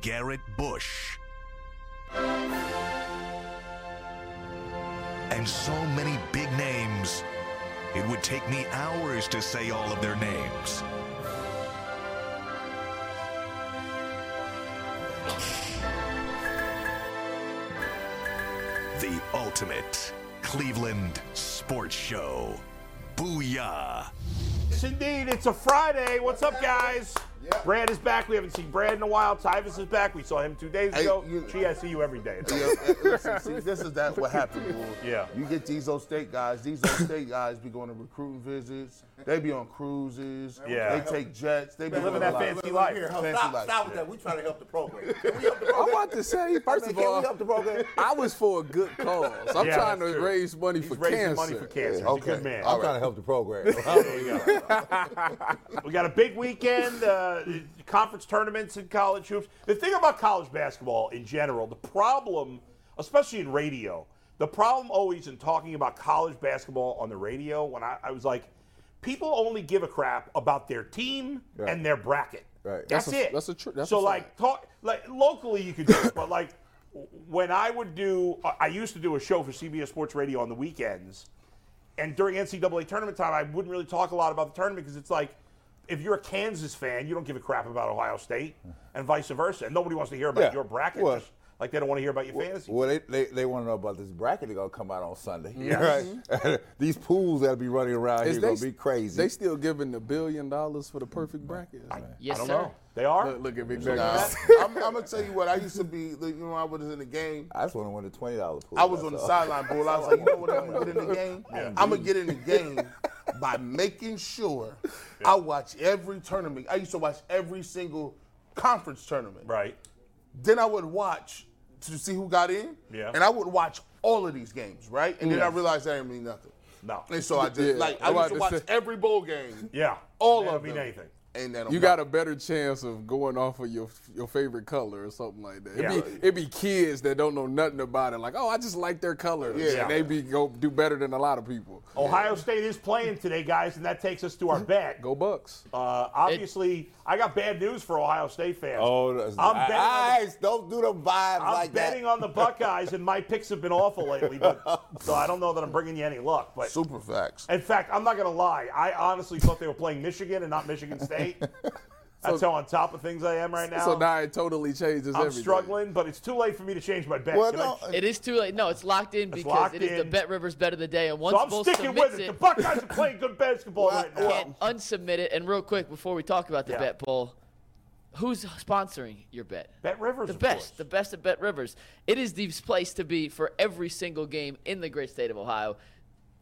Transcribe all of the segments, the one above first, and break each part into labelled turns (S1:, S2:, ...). S1: Garrett Bush, and so many big names, it would take me hours to say all of their names. The ultimate Cleveland sports show. Booyah!
S2: Yes, indeed. It's a Friday. What's up, guys? Brad is back. We haven't seen Brad in a while. Tyvis is back. We saw him two days
S3: Hey,
S2: ago.
S3: you-
S2: Gee, I see you every day. It's
S3: Yeah, and listen, see, this is that what happened. Bull.
S2: Yeah.
S3: You get these old state guys. These old state guys be going to recruiting visits. They be on cruises.
S2: Yeah.
S3: They take jets. They be
S2: Living
S3: living
S2: that fancy life.
S3: Fancy
S4: stop,
S3: life.
S4: stop with that. We trying to help the program. Can we help the
S5: I'm
S4: program?
S5: about to say, first
S4: Man, can
S5: of
S4: we
S5: all,
S4: help the program?
S5: I was for a good cause. I'm
S2: Yeah,
S5: trying
S2: that's
S5: to
S2: true.
S5: raise money
S2: He's
S5: for
S2: raising
S5: cancer.
S2: money for cancer. He's a good man.
S3: All
S4: I'm trying to help the program.
S2: Oh, We got a big weekend, uh, conference tournaments in college hoops. The thing about college basketball in general, the problem, especially in radio, the problem always in talking about college basketball on the radio, when I, I was like, people only give a crap about their team and their bracket.
S5: Right.
S2: That's,
S5: That's a-
S2: it.
S5: that's a tr- that's
S2: so
S5: a
S2: like
S5: fact.
S2: talk like locally you could do it, but like when I would do, I- I used to do a show for CBS Sports Radio on the weekends and during NCAA tournament time, I wouldn't really talk a lot about the tournament because it's like, if you're a Kansas fan, you don't give a crap about Ohio State, and vice versa, and nobody wants to hear about
S5: Yeah.
S2: your bracket,
S5: Well-
S2: just like they don't want to hear about your fantasy.
S5: Well, they, they, they want to know about this bracket that's going to come out on Sunday.
S2: Yes.
S5: Right? These pools that'll be running around
S6: Is
S5: here
S6: they
S5: going to be
S6: s-
S5: crazy.
S6: They still giving the billion dollars for the perfect bracket.
S2: I don't know. They are.
S6: Look, look at Big
S3: Nah,
S6: Baby.
S3: I'm, I'm gonna tell you what. I used to be. like, You know, I was in the game.
S5: I just want to win the twenty dollar pool.
S3: I was
S5: that's
S3: on the
S5: all.
S3: sideline, bull. I was like, you know what? I'm gonna get in the game. I'm gonna get in the game by making sure I watch every tournament. I used to watch every single conference tournament.
S2: right.
S3: then I would watch to see who got in.
S2: Yeah.
S3: And I would watch all of these games, right? And then I realized that didn't mean nothing.
S2: No.
S3: And so I just
S6: Yeah,
S3: like
S6: I
S3: I used
S6: about
S3: to
S6: to
S3: watch
S6: say-
S3: every bowl game.
S2: Yeah.
S3: All
S2: They don't
S3: of
S2: mean
S3: them.
S2: anything.
S3: And that
S6: You got a better chance of going off of your your favorite color or something like that. It
S2: Yeah.
S6: would be it be kids that don't know nothing about it, like oh I just like their colors,
S2: Yeah.
S6: and they be go do better than a lot of people.
S4: Oh.
S2: Ohio State is playing today, guys, and that takes us to our bet.
S6: Go Bucks!
S2: Uh, obviously, I got bad news for Ohio State fans.
S5: Oh, that's-
S2: I'm
S5: I-
S2: betting on the-
S5: I, don't do the vibes
S2: I'm
S5: like
S2: betting
S5: that.
S2: on the Buckeyes, and my picks have been awful lately, but so I don't know that I'm bringing you any luck. But
S3: super facts.
S2: In fact, I'm not going to lie. I honestly thought they were playing Michigan and not Michigan State. That's how on top of things I am right now.
S6: so now it totally changes.
S2: I'm
S6: everything.
S2: struggling, but it's too late for me to change my bet.
S5: Well,
S2: Can I-
S5: no, uh,
S7: It is too late. No, it's locked in because
S2: locked
S7: it is the
S2: in.
S7: Bet Rivers bet of the day. And once
S2: so I'm
S7: Bull
S2: sticking
S7: submits
S2: with it. The
S7: it,
S2: Buckeyes are playing good basketball right now.
S7: can't unsubmit it. And real quick, before we talk about the
S2: Yeah.
S7: bet poll, who's sponsoring your bet?
S2: Bet Rivers,
S7: The
S2: of
S7: best,
S2: course.
S7: the best at Bet Rivers. It is the place to be for every single game in the great state of Ohio.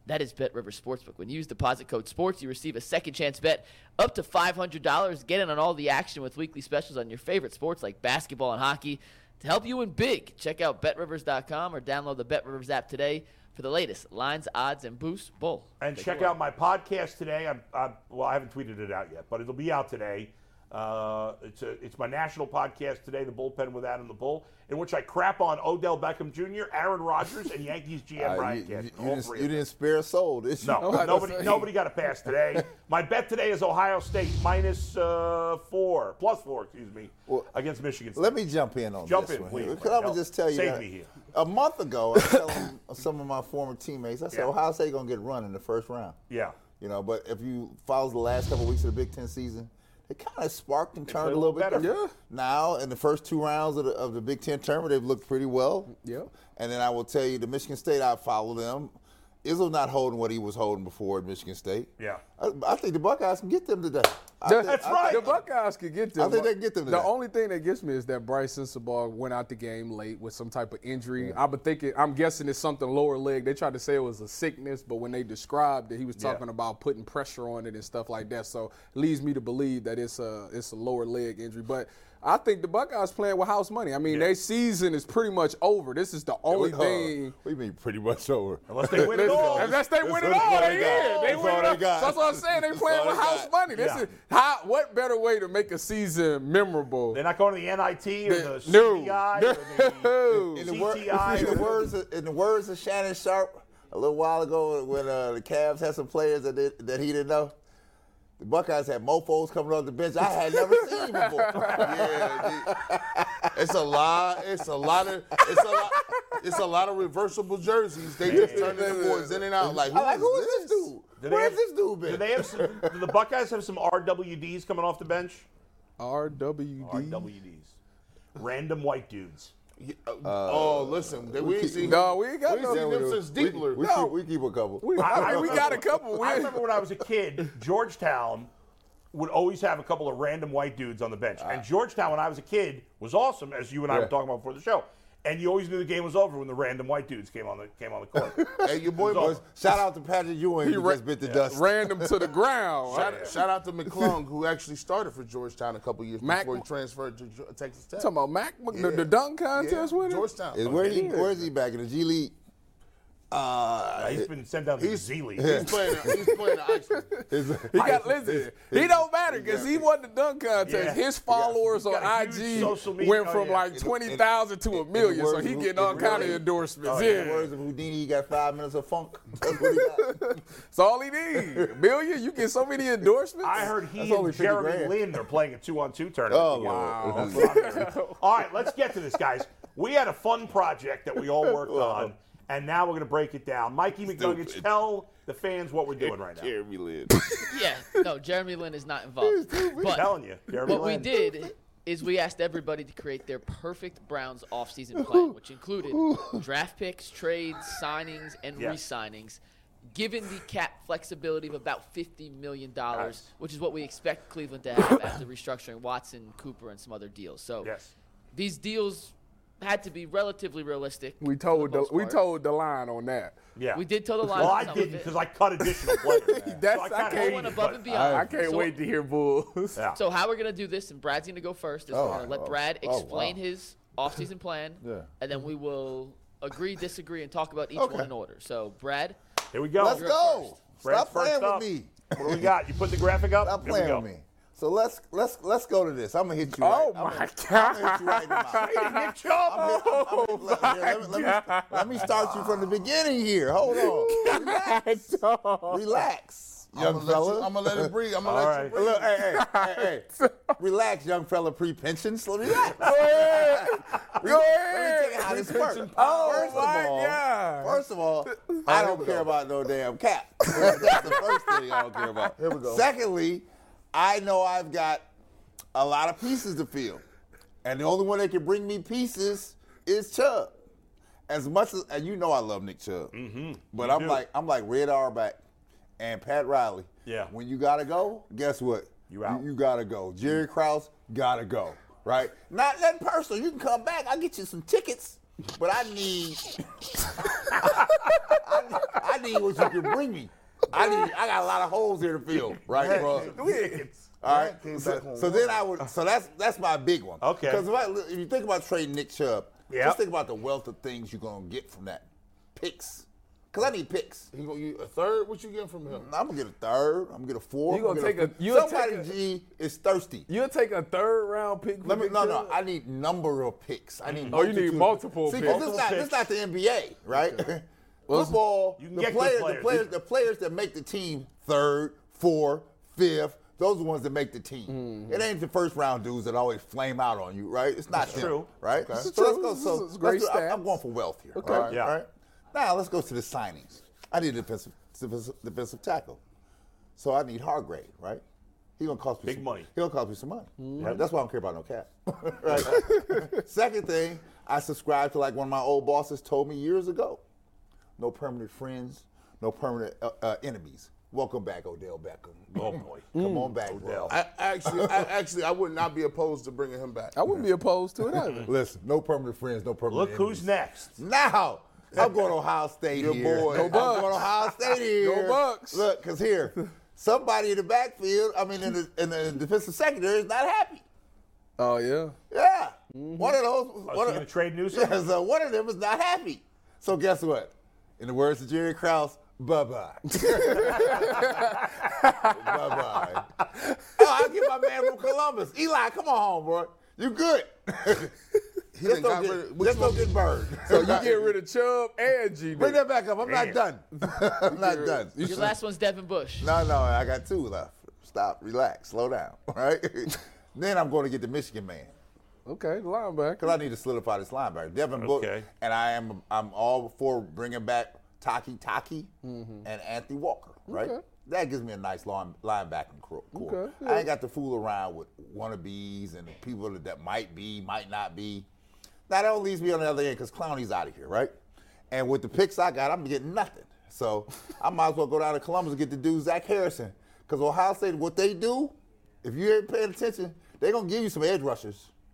S7: That is Bet Rivers Sportsbook. When you use deposit code SPORTS, you receive a second chance bet up to $500. Get in on all the action with weekly specials on your favorite sports like basketball and hockey. To help you win big, check out betrivers.com or download the Bet Rivers app today for the latest lines, odds, and boosts. Bull.
S2: and check out my podcast today. I'm, I'm, well, I haven't tweeted it out yet, but it'll be out today. Uh, it's, a, it's my national podcast today, The Bullpen with Adam the Bull, in which I crap on Odell Beckham Jr., Aaron Rodgers, and Yankees GM
S5: Uh,
S2: Brian
S5: you, you,
S2: Cashman.
S5: you
S2: all
S5: didn't,
S2: three
S5: you
S2: of them.
S5: didn't spare a soul, did you?
S2: No,
S6: I know
S2: nobody,
S6: say.
S2: nobody got a pass today. My bet today is Ohio State minus uh, four, plus four, excuse me, against Michigan State.
S5: Let me jump in on
S2: Jump
S5: this
S2: in,
S5: one.
S2: please,
S5: here,
S2: man.
S5: Because I'm gonna
S2: Help.
S5: just tell you,
S2: Save
S5: that
S2: me here.
S5: a month ago, I was telling some of my former teammates, I said,
S2: Yeah.
S5: Ohio State gonna get run in the first round.
S2: Yeah.
S5: You know, but if you follow the last couple of weeks of the Big Ten season, they kind of sparked and turned
S2: played
S5: a
S2: a
S5: little
S2: little
S5: bit.
S2: better.
S5: different. Now, in the first two rounds of the, of the Big Ten tournament, they've looked pretty well.
S6: Yeah.
S5: And then I will tell you, the Michigan State, I follow them. Izzo not holding what he was holding before at Michigan State.
S2: Yeah.
S5: I, I think the Buckeyes can get them today. I
S6: The-
S5: think-
S2: That's
S5: I
S2: right.
S6: The Buckeyes could get them.
S5: I think they can get them
S6: The
S5: today.
S6: only thing that gets me is that Bryce Sensabaugh went out the game late with some type of injury. I've been thinking, I'm guessing it's something lower leg. They tried to say it was a sickness, but when they described it, he was talking about putting pressure on it and stuff like that. So it leads me to believe that it's a it's a lower leg injury. But I think the Buckeyes playing with house money. I mean, their season is pretty much over. This is the only
S5: Hold on.
S6: thing.
S5: We mean pretty much over.
S2: Unless they win it all.
S6: Unless they win it
S5: That's all
S6: all,
S5: they
S6: they
S5: got.
S6: in. They
S5: That's
S6: win
S5: all
S6: it
S5: they
S6: all.
S5: got.
S6: That's what I'm saying. They
S5: That's
S6: playing
S5: all
S6: with
S5: they
S6: house
S5: got.
S6: money. This
S2: Yeah.
S6: is how. What better way to make a season memorable?
S2: They're not going to the NIT or the
S6: No.
S2: CTI
S6: No.
S2: or the
S5: In the, wor-
S2: CTI
S5: in
S2: or
S5: the words of, in the words of Shannon Sharp a little while ago when uh, the Cavs had some players that did, that he didn't know. The Buckeyes had mofos coming off the bench I had never seen before.
S3: Yeah, dude. it's a lot. It's a lot of. It's a lot. It's a lot of reversible jerseys. They just turn the boys in and out. Like who,
S5: I'm like, who
S3: is
S5: is this dude?
S2: Do they
S5: Where's
S2: have-
S5: this dude
S2: Do
S5: been?
S2: they have some, do the Buckeyes have some RWDs coming off the bench?
S6: RWD.
S2: RWDs. Random white dudes.
S3: Uh, oh, listen, we ain't seen.
S6: No, we ain't got
S3: We
S6: no.
S3: seen them since
S5: We,
S3: Diebler.
S5: we
S6: No.
S5: keep, we keep a couple.
S6: We, I mean, we got a couple. We
S2: I remember when I was a kid, Georgetown would always have a couple of random white dudes on the bench. And Georgetown, when I was a kid, was awesome, as you and I were
S5: Yeah.
S2: talking about before the show. And you always knew the game was over when the random white dudes came on the came on the court.
S3: Hey, your boy
S2: Result.
S3: was.
S5: Shout out to Patrick Ewing. He,
S3: ra-
S5: just bit the dust.
S6: ran them to the ground.
S3: Shout, shout out to McClung, who actually started for Georgetown a couple years
S6: Mac-
S3: before he transferred to Ge- Texas Tech.
S6: Talking about Mac, Mc- the,
S3: Yeah.
S6: the dunk contest
S3: Yeah,
S6: winner.
S3: Georgetown.
S5: Is where he, where's he back in the G League? Uh,
S2: He's been sent down to the Z League.
S3: He's playing. He's playing the Iceman.
S5: his-
S6: He got listen. He don't matter because he won the dunk contest.
S2: Yeah.
S6: His followers
S2: He got a
S6: on
S2: huge
S6: IG
S2: social media-
S6: went
S2: oh,
S6: from
S2: yeah.
S6: like twenty thousand to a million, so
S5: words
S6: he
S5: of-
S6: getting
S5: in
S6: all kind of
S5: words-
S6: endorsements.
S5: In
S6: yeah,
S5: words of Houdini, he got five minutes of funk. That's what he got.
S6: that's all he needs. A million, you get so many endorsements.
S2: I heard he
S5: That's
S2: and
S5: only 50
S2: Jeremy
S5: grand.
S2: Lin are playing a two-on-two tournament.
S5: Oh,
S2: together.
S5: wow.
S2: That's what I'm hearing. all right, let's get to this, guys. We had a fun project that we all worked on, and now we're going to break it down. Mikey McNuggets, tell the fans what we're doing right now.
S8: Jeremy Lin.
S7: Yeah, no, Jeremy Lin is not involved.
S2: I'm
S7: But
S2: telling you, Jeremy
S7: what we
S2: Lin.
S7: did is we asked everybody to create their perfect Browns offseason plan, which included draft picks, trades, signings, and
S2: Yes.
S7: re-signings. Given the cap flexibility of about fifty million dollars,
S2: Nice.
S7: which is what we expect Cleveland to have after restructuring Watson, Cooper, and some other deals. So
S2: Yes.
S7: these deals had to be relatively realistic.
S6: we
S7: for
S6: told
S7: the
S6: the,
S7: most
S6: we
S7: part.
S6: told the line on that.
S2: Yeah.
S7: we did tell the line.
S2: Well, I
S7: some of
S2: didn't
S7: it.
S2: because I cut additional players.
S6: That's-
S2: so I
S6: I
S2: kind
S6: can't-
S7: I went above and beyond.
S6: I can't
S7: So-
S6: wait to hear Bulls.
S2: Yeah.
S7: So how we're gonna do this, and Brad's gonna go first. Is
S5: Oh,
S7: we're gonna let
S5: oh,
S7: Brad
S5: oh, wow.
S7: explain his off-season plan,
S5: Yeah.
S7: and then we will agree, disagree, and talk about each one in order. So Brad,
S2: Here we go.
S5: Let's go.
S2: Brad's
S5: Stop playing
S2: first up.
S5: with me.
S2: What do we got? You put the graphic up. Here
S5: Stop
S2: we
S5: playing
S2: go.
S5: with me. So let's let's let's go to this. I'm gonna hit you.
S6: Oh
S5: right.
S6: my
S5: I'm gonna hit you right in the mouth.
S2: Nick Chubb.
S5: I'm hit- I'm- I'm hit- let- here, let me- let me- Let me start you from the beginning here. Hold on.
S6: God.
S5: Relax,
S3: I'm
S5: young
S3: gonna, let you, I'm
S5: fella.
S3: gonna let it breathe. I'm gonna
S2: All
S3: let
S2: right.
S3: you breathe.
S5: Look, hey, hey, hey, hey. Relax, young fella. Pre-pension. Slow relax. Let me
S6: Go ahead. Go
S5: tell you how
S6: ahead.
S5: this works.
S6: Oh
S5: First of
S6: my
S5: all-
S6: God.
S5: First of all, I don't care about no damn cap. That's the first thing I don't care about. Here we go. Secondly, I know I've got a lot of pieces to fill, and the only one that can bring me pieces is Chubb. As much as and you know I love Nick Chubb, but I'm
S2: do.
S5: like I'm like Red Auerbach and Pat Riley.
S2: Yeah.
S5: When you gotta go, guess what?
S2: You out.
S5: You, gotta go. Jerry Krause gotta go. Right? Not nothing personal. You can come back. I'll get you some tickets, but I need I need what you can bring me. I need. I got a lot of holes here to fill, right, bro? All right. So, so then I would. So that's that's my big one.
S2: Okay.
S5: Because if, I look- if you think about trading Nick Chubb,
S2: Yep.
S5: just think about the wealth of things you're gonna get from that. Picks. Because I need picks.
S3: You gonna- you- a third? What you getting from him?
S5: I'm gonna get a third. I'm gonna get a fourth.
S6: You gonna
S5: I'm get
S6: take a- you'll
S5: somebody
S6: take a-
S5: G is thirsty.
S6: You'll take a third round pick. for
S5: Let me
S6: Nick
S5: no no.
S6: Chubb?
S5: I need number of picks. I need.
S6: Oh, you need multiple
S5: See,
S6: picks.
S5: because this not this not the NBA, right? Football.
S2: You can
S5: the
S2: get good
S5: players,
S2: players.
S5: the players, the players that make the team third, fourth, fifth. Those are the ones that make the team.
S6: Mm-hmm.
S5: It ain't the first round dudes that always flame out on you, right? It's not them,
S2: true.
S5: right?
S6: This is
S5: So let's
S6: true.
S5: go.
S6: This
S5: So
S6: is great
S5: let's do- I- I'm
S6: stats.
S5: going for wealth here.
S6: Okay.
S5: all right,
S2: Yeah.
S5: all right? Now let's go to the signings. I need a defensive, defensive, defensive tackle, so I need Hargrave, right? He gonna cost me
S2: Big
S5: some,
S2: money. Mm-hmm.
S5: He gonna cost me some money. Right? That's why I don't care about no cap. Right? Second thing, I subscribed to like one of my old bosses told me years ago. No permanent friends, no permanent uh, uh, enemies. Welcome back, Odell Beckham.
S2: Oh, boy.
S5: Come on back, Odell.
S3: I actually, I actually, I would not be opposed to bringing him back.
S6: I wouldn't be opposed to it either.
S5: Listen, no permanent friends, no permanent
S2: Look
S5: enemies.
S2: who's next.
S5: Now I'm going to Ohio State
S3: Good
S5: here.
S3: boy. Go
S5: I'm
S6: Bucks.
S5: going to Ohio State here.
S6: Bucks.
S5: Look, because here, somebody in the backfield, I mean, in the, in the defensive secondary is not happy.
S6: Oh yeah.
S5: Yeah. One of those. One
S2: so
S5: of,
S2: you gonna trade Newsom?
S5: Yeah, so one of them is not happy. So guess what? In the words of Jerry Krause, bye bye. bye bye. Oh, I'll get my man from Columbus. Eli, come on home, bro. You good.
S3: done
S5: Let's
S3: got
S5: go
S3: rid of-
S5: get,
S3: which
S5: let's go
S3: one?
S5: get Bird.
S6: So you get rid of Chubb and G.
S5: Bring that back up. I'm not
S2: Damn.
S5: done. I'm not done.
S7: Your last one's Devin Bush.
S5: No, no, I got two left. Stop, relax, slow down. All right. then I'm going to get the Michigan man
S6: Okay, the linebacker.
S5: because I need to solidify this linebacker, Devin Book.
S2: Okay.
S5: And I am I'm all for bringing back Taki Taki and Anthony Walker. Right.
S6: Mm-hmm. Okay.
S5: That gives me a nice line, linebacking core. core.
S6: Okay,
S5: I
S6: yeah.
S5: ain't got to fool around with wannabes and the people that might be, might not be. Now that leaves me on the other end because Clowney's out of here, right? And with the picks I got, I'm getting nothing. So I might as well go down to Columbus and get the dude Zach Harrison. Because Ohio State, what they do, if you ain't paying attention, they're gonna give you some edge rushers,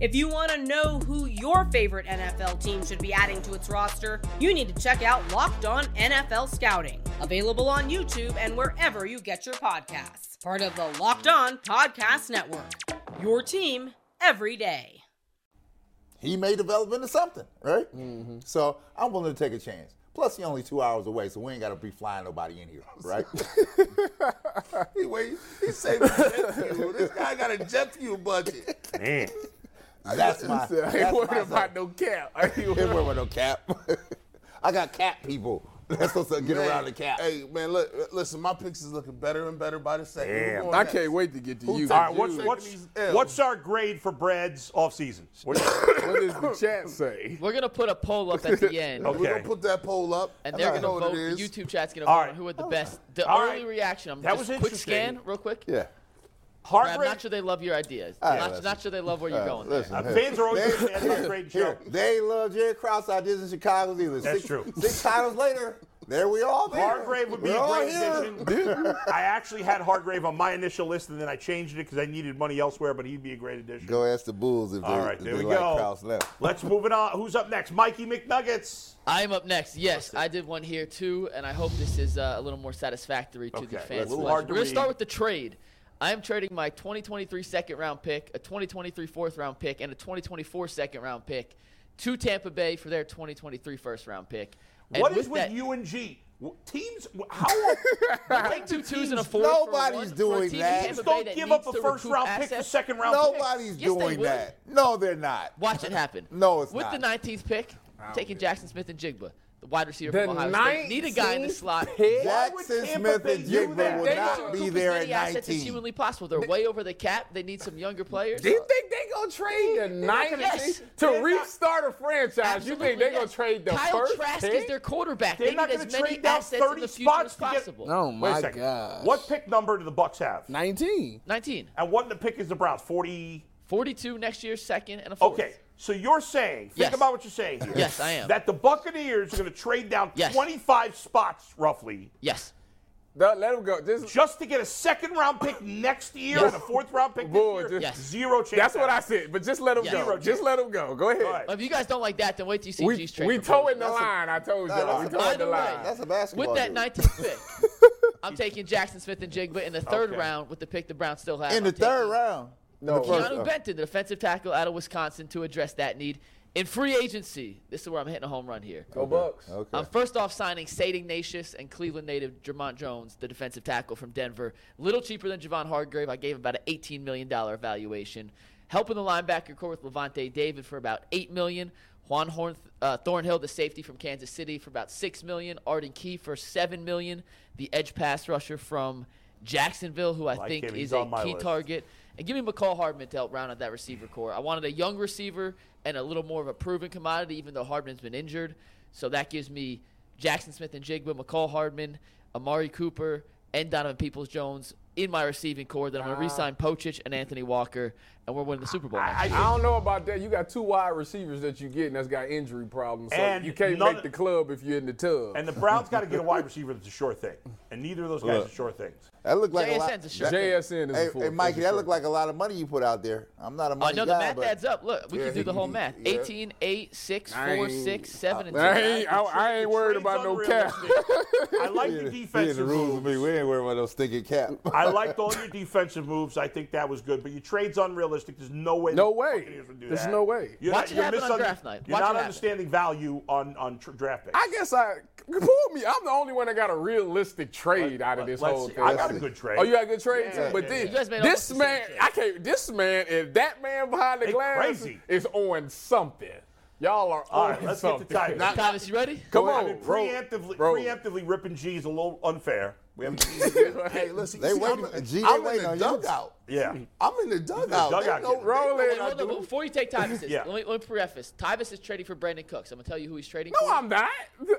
S8: If you want to know who your favorite NFL team should be adding to its roster, you need to check out Locked On NFL Scouting, available on YouTube and wherever you get your podcasts. Part of the Locked On Podcast Network. Your team every day.
S5: he may develop into something, right?
S3: Mm-hmm.
S5: So I'm willing to take a chance. Plus, he only two hours away, so we ain't gotta be flying nobody in here, right?
S3: He wait, he saving jet fuel. This guy got a jet fuel budget.
S2: Man.
S5: that's my.
S6: I ain't
S5: that's
S6: worried
S5: my
S6: about no cap. I ain't worried
S5: Can't wear no cap. I got cap people. That's supposed to get
S3: Man,
S5: around the cap.
S3: Hey man, look, listen, my picks is looking better and better by the second. Who
S2: Damn.
S3: going
S6: I
S3: next?
S6: can't wait to get to you.
S3: took
S2: All right, what's,
S3: Dude.
S2: what's,
S3: Taking these L's.
S2: what's our grade for Brad's off season? What do you-
S6: what does the chat say?
S7: We're gonna put a poll up at the end,
S2: Okay.
S3: We're gonna put that poll up.
S7: and they're
S3: I
S7: gonna
S3: know what
S7: vote.
S3: it
S7: The
S3: is.
S7: YouTube chat's gonna
S2: All
S7: vote on
S2: right.
S7: who had the best. The
S2: All
S7: only
S2: right.
S7: reaction. I'm just
S2: That was
S7: quick
S2: interesting.
S7: scan, real quick.
S5: yeah.
S2: Heart
S7: I'm
S2: rate-
S7: not sure they love your ideas. not,
S5: listen.
S7: not sure they love where you're going. there.
S5: Listen,
S2: Uh,
S5: hey,
S2: fans are always
S5: they-
S2: fans are great show.
S5: here, they ain't love Jerry Krause ideas in Chicago either.
S2: That's
S5: six,
S2: true.
S5: Six titles later, there we all there.
S2: Hargrave would be
S5: We're
S2: a
S5: all
S2: great
S5: here.
S2: addition. I actually had Hargrave on my initial list, and then I changed it because I needed money elsewhere. But he'd be a great addition.
S5: Go ask the Bulls if they,
S2: All right,
S5: if
S2: there
S5: they
S2: we
S5: like
S2: go.
S5: Krause left.
S2: Let's move it on. Who's up next? Mikey McNuggets.
S7: I'm up next. Yes, I did one here too, and I hope this is uh, a little more satisfactory to
S2: Okay,
S7: the
S2: a
S7: fans.
S2: little
S7: We're
S2: hard to
S7: gonna start
S2: read.
S7: with the trade. I am trading my 2023 second round pick, a 2023 fourth round pick, and a 2024 second round pick to Tampa Bay for their 2023 first round pick. And
S2: what is with
S7: that-
S2: you and G? Wh- Teams? wh- How? are-
S7: Take two twos and a four. for
S5: nobody's
S7: one, for a
S5: doing
S7: team in
S5: that.
S7: Tampa
S5: Just
S7: Bay
S2: don't
S7: that
S2: give up
S7: needs
S2: a
S7: to
S2: first round
S7: recoup
S2: pick for
S7: assets.
S2: second round.
S5: Nobody's
S7: Yes, they
S5: doing
S7: would.
S5: that. No, they're not.
S7: Watch it happen.
S5: No, it's
S7: With
S5: not.
S7: the 19th pick, taking Jackson Smith and Jigba, the wide receiver
S6: The
S7: from Ohio State. Need a guy in the
S6: 19th
S7: slot.
S5: Jackson
S2: Tampa
S5: Smith
S2: Bay
S5: and
S2: do that?
S5: Jigba will
S6: They
S5: not
S6: should
S5: be
S7: recoup
S5: there
S7: as
S5: at
S7: many assets as
S5: 19.
S7: humanly possible. They're way over the cap. They need some younger players.
S6: Do you think they gonna trade the ninth
S7: yes.
S6: to restart a franchise? You think they
S7: yes.
S6: gonna trade the
S7: Kyle
S6: first
S7: Trask
S6: pick?
S7: is their quarterback.
S2: They're
S7: They
S2: not
S7: need
S2: going
S7: as
S2: to
S7: many
S2: trade down
S7: assets in
S2: 30
S7: the future
S2: spots
S7: as
S2: to get.
S7: possible.
S6: Oh,
S2: Wait a
S6: my
S2: second.
S6: gosh.
S2: What pick number do the Bucks have?
S6: 19.
S7: 19.
S2: And what the pick is the Browns? Forty.
S7: 42 next year, second, and a fourth.
S2: Okay, so you're saying, think
S7: Yes.
S2: about what you're saying here.
S7: Yes, I am.
S2: That the Buccaneers are going to trade down
S7: Yes.
S2: 25 spots roughly
S7: Yes.
S6: Let let him go. Just
S2: just to get a second round pick next year
S7: Yes.
S2: and a fourth round pick
S6: Boy,
S2: this year.
S7: just- Yes.
S2: Zero chance.
S6: That's what I said. But just let him
S7: Yes.
S6: go. Just let him go. Go ahead.
S2: All right.
S7: If you guys don't like that, then wait till you see
S6: We
S7: G's trade.
S6: we
S7: proposal.
S6: towing the line. I told you. all We towing the
S7: Either way,
S6: line.
S5: That's a basketball
S7: With that
S5: dude.
S7: 19th pick, I'm taking Jackson Smith and Jigba in the third
S2: Okay.
S7: round with the pick the Browns still have.
S5: In
S7: I'm
S5: the third
S7: taking
S5: round. No,
S7: Keanu Benton, the defensive tackle out of Wisconsin, to address that need. In free agency, this is where I'm hitting a home run here.
S6: Go Bucks.
S5: Okay.
S7: I'm Um, first off signing Sadie Nacious and Cleveland native Jermont Jones, the defensive tackle from Denver. Little cheaper than Javon Hargrave. I gave him about an $18 million valuation. Helping the linebacker core with Levante David for about $8 million. Juan Horn, uh, Thornhill, the safety from Kansas City, for about $6 million. Arden Key for $7 million. The edge pass rusher from Jacksonville, who I
S2: Like
S7: think
S2: him. He's
S7: is a
S2: on my
S7: key
S2: list.
S7: target target. And give me McCall Hardman to help round out that receiver core. I wanted a young receiver and a little more of a proven commodity, even though Hardman's been injured. So that gives me Jackson Smith and Jigba, McCall Hardman, Amari Cooper, and Donovan Peoples Jones in my receiving core that I'm going to re-sign Pochich and Anthony Walker, and we're winning the Super Bowl next
S6: I
S7: year.
S6: don't know about that. You got two wide receivers that you getting that's got injury problems. So
S2: And
S6: you can't
S2: none-
S6: make the club if you're in the tub.
S2: And the Browns got to get a wide receiver that's a sure thing, and neither of those guys
S5: Look.
S2: are sure things.
S5: That looked like a lot.
S7: JSN's a shirt.
S6: JSN is
S5: Hey,
S6: a fool.
S5: hey, Mikey,
S6: That's
S5: that
S6: a
S5: looked like a lot of money you put out there. I'm not a
S7: I
S5: money
S7: know the
S5: guy,
S7: math
S5: but
S7: adds up. Look, we
S5: Yeah,
S7: can do the whole
S5: he-
S7: math.
S5: yeah.
S7: 18, 8, 6, 4,
S6: I ain't-
S7: 6, 7, and
S6: shirt. I
S7: 6.
S6: ain't, I, I ain't worried
S2: Trade's
S6: about no cap.
S2: unrealistic. I like the defensive
S5: the rules with me.
S2: moves.
S5: We ain't worried about no stinking cap.
S2: I liked all your defensive moves. I think that was good, but your trade's unrealistic. There's no way. the
S6: No way.
S2: Buccaneers would do
S6: There's
S2: that.
S6: no way.
S2: You're
S7: Watch it happen on
S2: misunder-
S7: draft night.
S2: You're
S7: Watch it
S2: not
S7: happen.
S2: understanding value on on tr- draft picks.
S6: I guess I pull me. I'm the only one that got a realistic trade out of this
S2: Let's
S6: whole
S2: see.
S6: thing.
S2: I got a good trade.
S6: Oh, you got a good trade
S2: Yeah,
S6: too. But
S2: yeah,
S6: then
S7: You guys made almost
S6: this
S7: the same
S6: man,
S7: trade.
S6: I can't. This man and that man behind the
S2: They
S6: glass
S2: crazy.
S6: is on something. Y'all are
S2: All
S6: on
S2: right, let's get to
S6: something.
S2: Titans.
S7: Thomas, you ready?
S6: Come
S2: I
S6: on,
S2: mean,
S6: bro.
S2: preemptively,
S6: Bro.
S2: preemptively ripping G is a little unfair. We haven't seen
S3: Hey, listen,
S5: They
S3: see,
S5: waiting-
S3: I'm,
S5: G, they
S3: I'm in
S5: waiting
S3: the
S5: on you.
S3: dugout.
S2: yeah.
S6: Hmm.
S3: I'm in the dugout. They
S2: dugout
S3: know-
S2: getting-
S6: Roll
S3: they know
S6: it.
S3: what I
S7: Hold on,
S3: do.
S7: before you take Tyvus,
S2: Yeah.
S7: let, me, let me preface. Tyvus is trading for Brandon Cooks. I'm going to tell you who he's trading
S6: No,
S7: for.
S6: I'm not.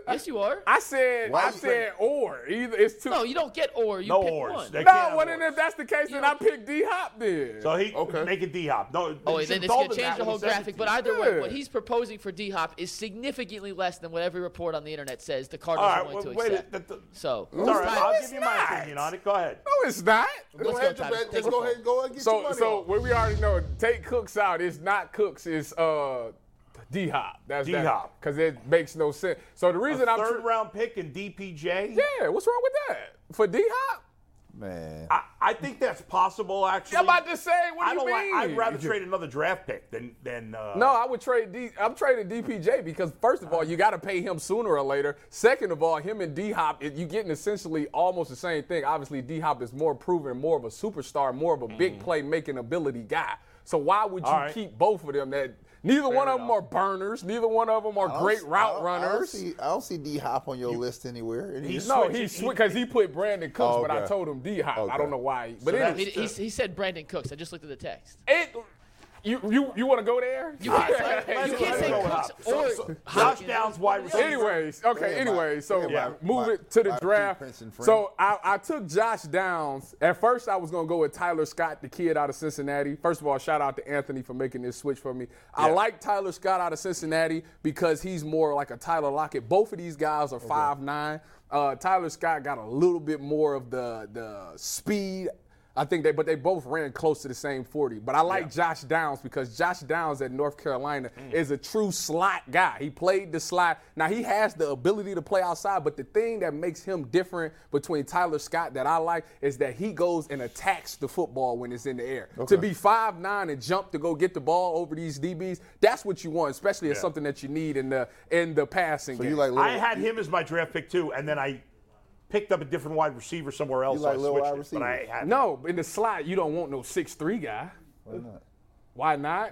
S7: Yes, you are.
S6: I said.
S5: Why
S6: I
S5: you
S6: said or either it's two.
S7: no, you don't get or. You
S2: No
S7: pick
S2: ors.
S7: one.
S2: They-
S6: No,
S2: can't
S6: well
S2: have
S6: then if that's the case, then I pick D Hop then.
S2: So he
S3: Okay.
S2: make it D hop. No,
S7: Oh, and then
S2: should
S7: it's going to
S2: Dalton
S7: change
S2: have
S7: the whole
S2: when he sends
S7: graphic.
S2: it
S7: But
S2: to you.
S7: either way,
S6: Yeah.
S7: what he's proposing for D Hop is significantly less than what every report on the internet says the
S2: all
S7: Cardinals are
S2: right,
S7: willing
S2: well,
S7: to
S2: wait.
S7: accept.
S2: that- that-
S7: so,
S2: it's all right,
S7: Ty-
S2: I'll
S6: it's
S2: give you my
S6: not.
S2: opinion on it. Go ahead.
S6: no, it's not.
S3: Go
S7: Let's
S3: ahead,
S7: go, Tyler.
S3: Jabez.
S7: Take
S3: Let's go
S7: the
S3: ahead and go ahead and get your
S6: So
S3: money
S6: so
S3: off.
S6: what we already know, take Cooks out. It's not Cooks. It's uh D Hop. That's
S2: D-Hop.
S6: Because it makes no sense. So the reason I'm
S2: Third round pick and DPJ.
S6: yeah, what's wrong with that for D Hop?
S5: Man.
S2: I, I think that's possible. Actually,
S6: I'm about to say what
S2: I
S6: do
S2: don't
S6: you
S2: like.
S6: mean?
S2: I'd rather trade another draft pick than than. Uh,
S6: No, I would trade D. I'm trading DPJ because first of all, you got to pay him sooner or later. Second of all, him and D Hop, you getting essentially almost the same thing. Obviously, D Hop is more proven, more of a superstar, more of a big play making ability guy. So why would you
S2: All right.
S6: keep both of them? That neither one of them are burners. Neither one of them
S5: I
S6: are
S5: don't
S6: great
S5: s- I
S6: route
S5: don't- I don't
S6: runners.
S5: see, I don't see D Hop on your list anywhere. Any-
S2: He's-
S6: no,
S2: Switch
S6: he
S2: it. He-
S6: because he, put Brandon Cooks, but I
S5: Okay.
S6: told him D Hop. I
S5: Okay.
S6: don't know why. But
S2: that's-
S7: he,
S6: it,
S7: he, he said Brandon Cooks. I just looked at the text.
S6: it, you you you want to go there?
S7: You can't say, you
S2: let's
S7: can't
S2: go
S7: say
S2: with
S7: Cooks
S2: Hop.
S7: or
S2: Josh Downs wide receiver.
S6: Anyways, okay.
S5: Yeah,
S6: Anyway,
S5: my-
S6: so
S5: yeah, my-
S6: move
S5: my-
S6: it to the
S5: my
S6: draft.
S5: defense and friend.
S6: So I, I took Josh Downs. At first, I was gonna go with Tyler Scott, the kid out of Cincinnati. First of all, shout out to Anthony for making this switch for me. I like Tyler Scott out of Cincinnati because he's more like a Tyler Lockett. Both of these guys are five nine. Uh, Tyler Scott got a little bit more of the the speed. I think they, but they both ran close to the same 40. But I like Josh Downs because Josh Downs at North Carolina
S5: Mm.
S6: is a true slot guy. He played the slot. Now he has the ability to play outside, but the thing that makes him different between Tyler Scott that I like is that he goes and attacks the football when it's in the air. To be five nine and jump to go get the ball over these DBs, that's what you want, especially as something that you need in the in the passing
S5: so
S6: game.
S5: you like little,
S2: I had him as my draft pick too, and then I picked up a different wide receiver somewhere else. so
S5: like
S2: I
S5: little
S2: switched
S5: wide
S2: it, but I
S5: receivers?
S2: had
S6: No, in the slot, you don't want no six three guy. Why not?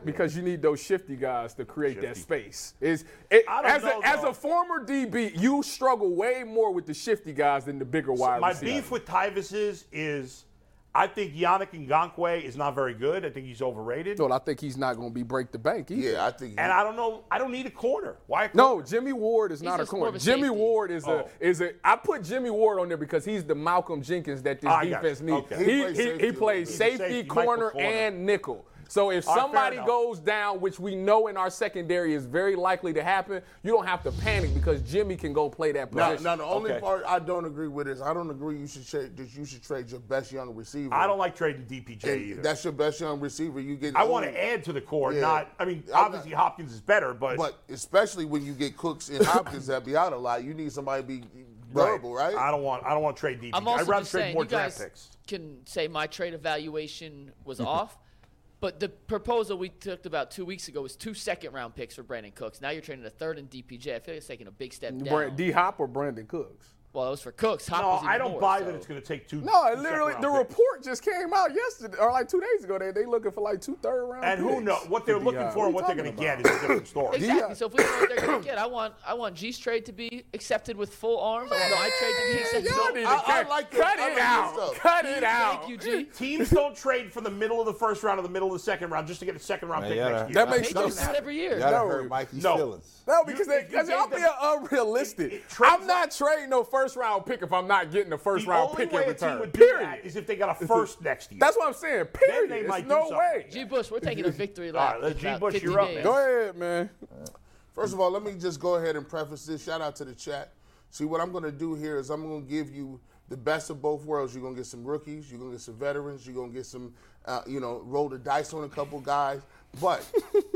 S6: Because you need those shifty guys to create that
S2: Shifty.
S6: space. Is it,
S2: I don't
S6: as
S2: know,
S6: a, as
S2: though.
S6: a former DB, you struggle way more with the shifty guys than the bigger wide
S2: My
S6: receivers.
S2: beef with Tyvus is, is I think Yannick Ngakwe is not very good. I think he's overrated.
S6: Well, I think he's not going to be break the bank either.
S3: Yeah, I think.
S2: And I don't know. I don't need a corner. Why? a corner?
S6: No, Jimmy Ward is not a
S7: just more of
S6: corner.
S7: a
S6: Jimmy
S7: safety.
S6: Ward is
S2: Oh.
S6: a is a. I put Jimmy Ward on there because he's the Malcolm Jenkins that this
S2: Ah, I got
S6: defense
S2: you.
S6: needs.
S2: Okay.
S6: He
S3: He
S6: he, he
S3: plays safety a
S6: plays
S3: little
S2: bit.
S6: safety,
S2: Safety, Michael
S6: corner,
S2: corner.
S6: and nickel. So if
S2: All right, fair
S6: somebody
S2: enough.
S6: goes down, which we know in our secondary is very likely to happen, you don't have to panic because Jimmy can go play that
S3: Now,
S6: position.
S3: now the only
S2: Okay.
S3: part I don't agree with is I don't agree you should trade that you should trade your best young receiver.
S2: I don't like trading DPJ
S3: Hey,
S2: either.
S3: That's your best young receiver. You get.
S2: I want
S3: old.
S2: to add to the core,
S3: Yeah.
S2: not. I mean,
S3: I'm not-
S2: obviously Hopkins is better, but,
S3: But especially when you get Cooks and Hopkins that be out a lot, you need somebody to be durable, right?
S2: I don't want. I don't want to trade DPJ.
S7: I'm also
S2: I'd rather
S7: just
S2: trade
S7: saying,
S2: more
S7: you
S2: draft
S7: guys
S2: picks.
S7: can say my trade evaluation was
S3: Mm-hmm.
S7: off, but the proposal we took about two weeks ago was two second round picks for Brandon Cooks. Now you're trading a third and DPJ. I feel like it's taking a big step down.
S6: Brand- D Hop or Brandon Cooks.
S7: well, that was for Cooks. Hop
S2: No,
S7: was even
S2: I don't
S7: more,
S2: buy
S7: so.
S2: that it's going to take two.
S6: No,
S2: two
S6: it literally
S2: second-round
S6: the
S2: picks.
S6: report just came out yesterday or like two days ago. They they looking for like two third round.
S2: And who
S6: picks
S2: knows what they're looking
S6: D-Hop.
S2: for and what they're
S6: What are
S2: going
S6: you
S2: to get is a different story.
S7: Exactly. So if we don't know what they're going to get, I want I want G's trade to be accepted with full arms. I want my trade to be accepted.
S6: Y'all need to
S3: I- I
S6: cut,
S3: like your-
S6: cut
S3: I
S6: it
S3: like your
S6: out.
S3: stuff.
S6: Cut it out.
S7: Thank you, G.
S2: Teams don't trade from the middle of the first round to the middle of the second round just to get a second round pick
S5: yeah,
S2: next year.
S6: That makes no
S7: Patriots do it
S6: sense.
S7: every year.
S5: Y'all done
S6: No.
S5: hurt Mikey's
S2: No.
S5: feelings.
S6: No, because
S2: You-
S6: they,
S2: you
S6: because y'all
S2: gave
S6: being
S2: them-
S6: unrealistic.
S2: it- it trades
S6: I'm not trading no first round pick if I'm not getting a first
S2: the
S6: round
S2: only
S6: pick
S2: way
S6: in
S2: a team
S6: return.
S2: would do that
S6: Period.
S2: is if they got a first next year.
S6: That's what I'm saying. Period.
S2: they
S6: There's
S2: might do
S6: no
S2: something.
S6: way.
S7: G. Bush, we're taking a victory
S2: All
S7: lap.
S2: right, let's-
S7: in
S2: G.
S7: about
S2: Bush,
S7: 50
S2: you're up,
S7: days.
S2: man.
S6: Go ahead, man.
S3: First of all, let me just go ahead and preface this. Shout out to the chat. See, what I'm going to do here is I'm going to give you the best of both worlds. You're going to get some rookies, you're going to get some veterans, you're going to get some, uh, you know, roll the dice on a couple guys. But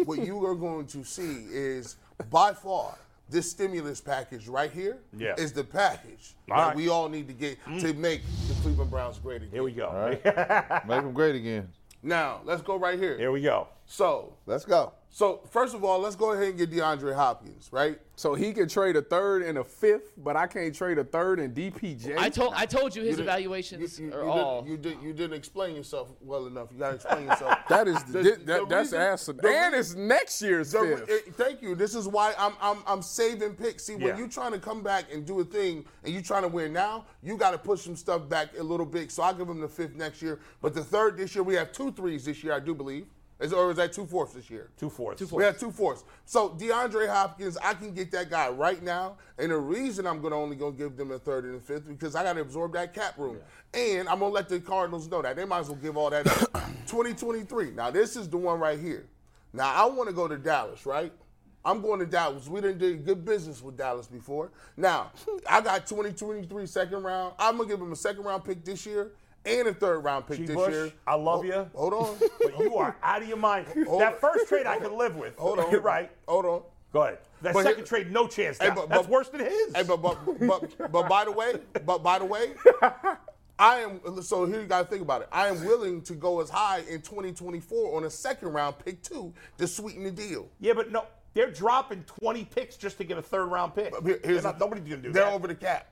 S3: what you are going to see is by far this stimulus package right here is
S2: Yeah.
S3: the package
S2: All
S3: that
S2: right. Mm.
S3: we all need to get to make the Cleveland Browns great again.
S2: Here we go.
S5: Make them great again.
S3: Now, let's go right here.
S2: Here we go.
S3: So,
S5: Let's go.
S3: so first of all, let's go ahead and get DeAndre Hopkins, right?
S6: So he can trade a third and a fifth, but I can't trade a third and DPJ.
S7: I told I told you his
S3: didn't-
S7: evaluations
S3: you, you,
S7: are
S3: you
S7: all.
S3: Didn't, you, did, you didn't explain yourself well enough. You got to explain yourself.
S6: that is
S3: The-
S6: that,
S3: the
S6: that's
S3: reason-
S6: awesome.
S3: the
S6: and
S3: re-
S6: it's next year's
S3: the re-
S6: fifth.
S3: it- thank you. This is why I'm I'm, I'm saving picks. See,
S2: Yeah.
S3: when you trying to come back and do a thing and you trying to win now, you got to push some stuff back a little bit. So I'll give him the fifth next year. But the third this year, we have two threes this year, I do believe. Is, or is that two fourths this year?
S2: Two fourths.
S3: We have two fourths. So DeAndre Hopkins, I can get that guy right now. And the reason I'm gonna only gonna give them a third and a fifth because I gotta absorb that cap room. And I'm gonna let the Cardinals know that. They might as well give all that up. 2023. Now this is the one right here. Now I wanna go to Dallas, right? I'm going to Dallas. We didn't do good business with Dallas before. Now, I got 2023 second round. I'm gonna give them a second round pick this year and a third round pick
S2: G.
S3: this
S2: Bush,
S3: year.
S2: I love
S3: Ho-
S2: you.
S3: Hold on.
S2: But you are out of your mind. that first trade I could live with.
S3: Hold on.
S2: You're right.
S3: Hold on.
S2: Go ahead. That
S3: But
S2: second
S3: here-
S2: trade, no chance.
S3: Hey,
S2: That-
S3: but-
S2: That's
S3: but-
S2: worse than his.
S3: Hey, but but, but but by the way, but by the way, I am so here you gotta think about it. I am willing to go as high in 2024 on a second round pick two to sweeten the deal.
S2: yeah, but no, they're dropping 20 picks just to get a third round pick.
S3: Here-
S2: They're
S3: here's
S2: not,
S3: the-
S2: nobody's gonna do
S3: They're
S2: that.
S3: over the cap.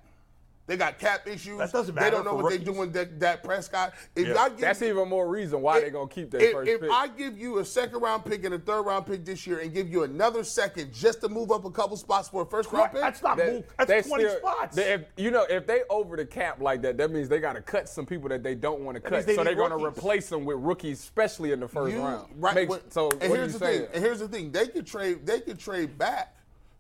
S3: They got cap issues.
S2: That doesn't
S3: They
S2: matter
S3: don't know
S2: for
S3: what
S2: rookies.
S3: they're doing. That, that Prescott. If
S2: Yeah.
S3: y'all get
S6: That's even more reason why they're gonna keep that
S3: if,
S6: first
S3: if
S6: pick.
S3: I give you a second round pick and a third round pick this year, and give you another second just to move up a couple spots for a first round
S2: Right,
S3: pick,
S2: that's not
S6: That-
S2: move.
S6: they
S2: That's 20
S6: still-
S2: spots.
S6: they- if, you know, if they over the cap like that, that means they got to cut some people that they don't want to
S2: means
S6: cut.
S2: they
S6: so they're
S2: need
S6: going to
S2: rookies.
S6: replace them with rookies, especially in the first
S3: You-
S6: round.
S3: Right.
S6: Makes-
S3: what-
S6: so
S3: and
S6: what
S3: here's
S6: are you
S3: the
S6: saying?
S3: thing. And here's the thing. They could trade. They could trade back.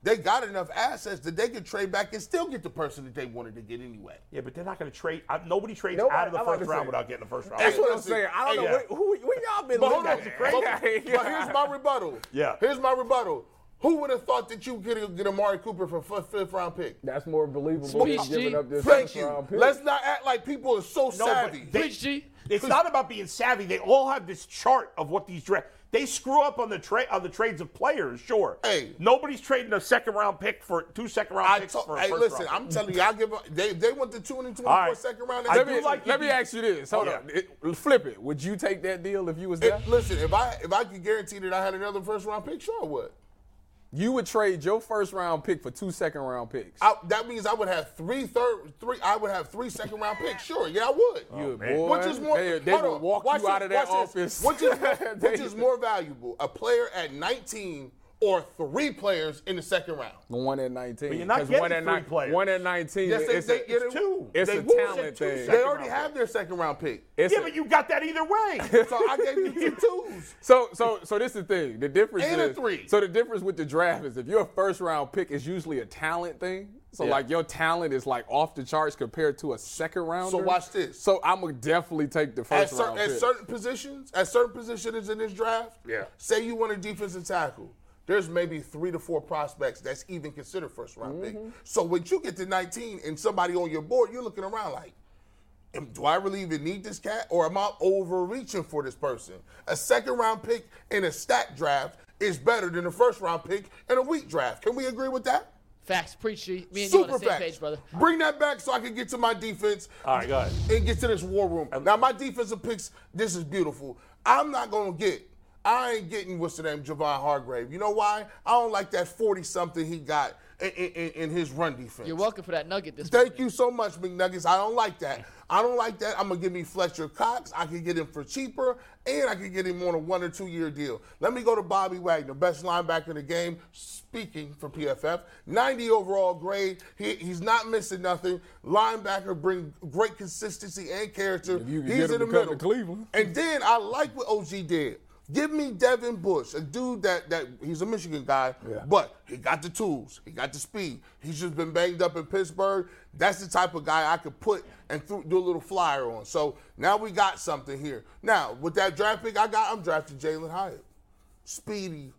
S3: They got enough assets that they could trade back and still get the person that they wanted to get anyway.
S2: yeah, but they're not gonna trade. I, nobody trades
S6: Nobody-
S2: out of the
S6: I'm about
S2: first
S6: to
S2: round
S6: say-
S2: without getting the first round.
S6: That's what I'm
S3: Hey,
S6: saying. I don't
S2: hey,
S6: know
S2: yeah.
S6: who, who, who y'all been
S3: But hold
S6: looking
S3: on,
S6: at.
S3: but, but here's my rebuttal.
S2: Yeah.
S3: Here's my rebuttal. Who would have thought that you could get Amari Cooper for fifth, fifth round pick?
S6: That's more believable
S7: Speech
S6: than giving
S7: G.
S6: up this
S3: Thank
S6: first
S3: you.
S6: round pick.
S3: Let's not act like people are
S2: No,
S3: so
S2: but
S3: savvy.
S2: they-
S7: Preach, G.
S2: It's not about being savvy. They all have this chart of what these draft. They screw up on the trade on the trades of players. Sure.
S3: Hey.
S2: nobody's trading a second round pick for two second round
S3: I
S2: picks
S3: to-
S2: for a
S3: hey,
S2: first
S3: listen,
S2: round.
S3: I'm telling you, I give up. They, they want the two and
S2: All
S3: 24
S2: right.
S3: second round.
S2: I
S3: They
S6: Let
S2: do
S6: me,
S3: do
S2: like
S6: let
S2: you
S6: me
S2: to-
S6: ask you this. Hold
S2: Yeah.
S6: on. It- flip it. Would you take that deal if you was there?
S3: If- listen, if I if I could guarantee that I had another first round pick, sure I would.
S6: you would trade your first round pick for two second round picks.
S3: I, that means I would have three third three. I would have three second round picks. Sure, yeah, I would.
S6: You
S2: man.
S6: boy,
S3: Which is more?
S6: Oh, they, they
S3: hold
S6: would
S3: on,
S6: walk
S3: watch
S6: you out of that
S3: watch this.
S6: office.
S3: Which is more,
S6: They-
S3: which is more valuable, a player at 19 or three players in the second round?
S6: One at 19.
S2: But you're not
S6: 'Cause
S2: getting
S6: one at
S2: three
S6: nine-
S2: players.
S6: One at 19.
S3: Yes, they-
S6: it's
S3: they
S6: a,
S3: get it.
S2: Two.
S6: It's
S3: They
S6: a
S3: will.
S6: talent
S2: Two
S6: thing.
S2: second
S3: They already
S2: round
S3: have their second round pick,
S6: It's
S2: yeah,
S6: a-
S2: but you got that either way.
S3: so I gave you two twos.
S6: so so so this is the thing. The difference
S3: And a
S6: is
S3: three.
S6: so the difference with the draft is if your first round pick is usually a talent thing. So like your talent is like off the charts compared to a second round.
S3: watch this.
S6: So I'm gonna definitely take the
S3: At,
S6: first
S3: cer-
S6: round
S3: at
S6: pick.
S3: certain positions, at certain positions in this draft,
S2: Yeah.
S3: say you want a defensive tackle, there's maybe three to four prospects that's even considered first round pick. So when you get to 19 and somebody on your board, you're looking around like, am- do I really even need this cat or am I overreaching for this person? A second round pick in a stat draft is better than a first round pick in a weak draft. Can we agree with that?
S7: Facts. Preach, G. Me and you on
S3: Super
S7: the same
S3: facts.
S7: page, brother.
S3: Bring that back so I can get to my defense
S2: all right, go ahead. Um,
S3: and get to this war room. Now my defensive picks, this is beautiful. I'm not gonna get. I ain't getting what's the name, Javon Hargrave. You know why? I don't like that 40 something he got in, in, in his run defense.
S7: You're welcome for that nugget this
S3: Thank
S7: morning.
S3: you so much, McNuggets. I don't like that. I don't like that. I'm gonna give me Fletcher Cox. I can get him for cheaper, and I can get him on a one or two year deal. Let me go to Bobby Wagner, best linebacker in the game. Speaking for PFF, 90 overall grade. He, he's not missing nothing. Linebacker bring great consistency and character.
S6: If you can
S3: he's
S6: get him
S3: in the
S6: to come to
S3: middle.
S6: Cleveland.
S3: And then I like what OG did. Give me Devin Bush, a dude that that he's a Michigan guy, but he got the tools, he got the speed. He's just been banged up in Pittsburgh. That's the type of guy I could put and th- do a little flyer on. So now we got something here. Now with that draft pick I got, I'm drafting Jalen Hyatt, speedy,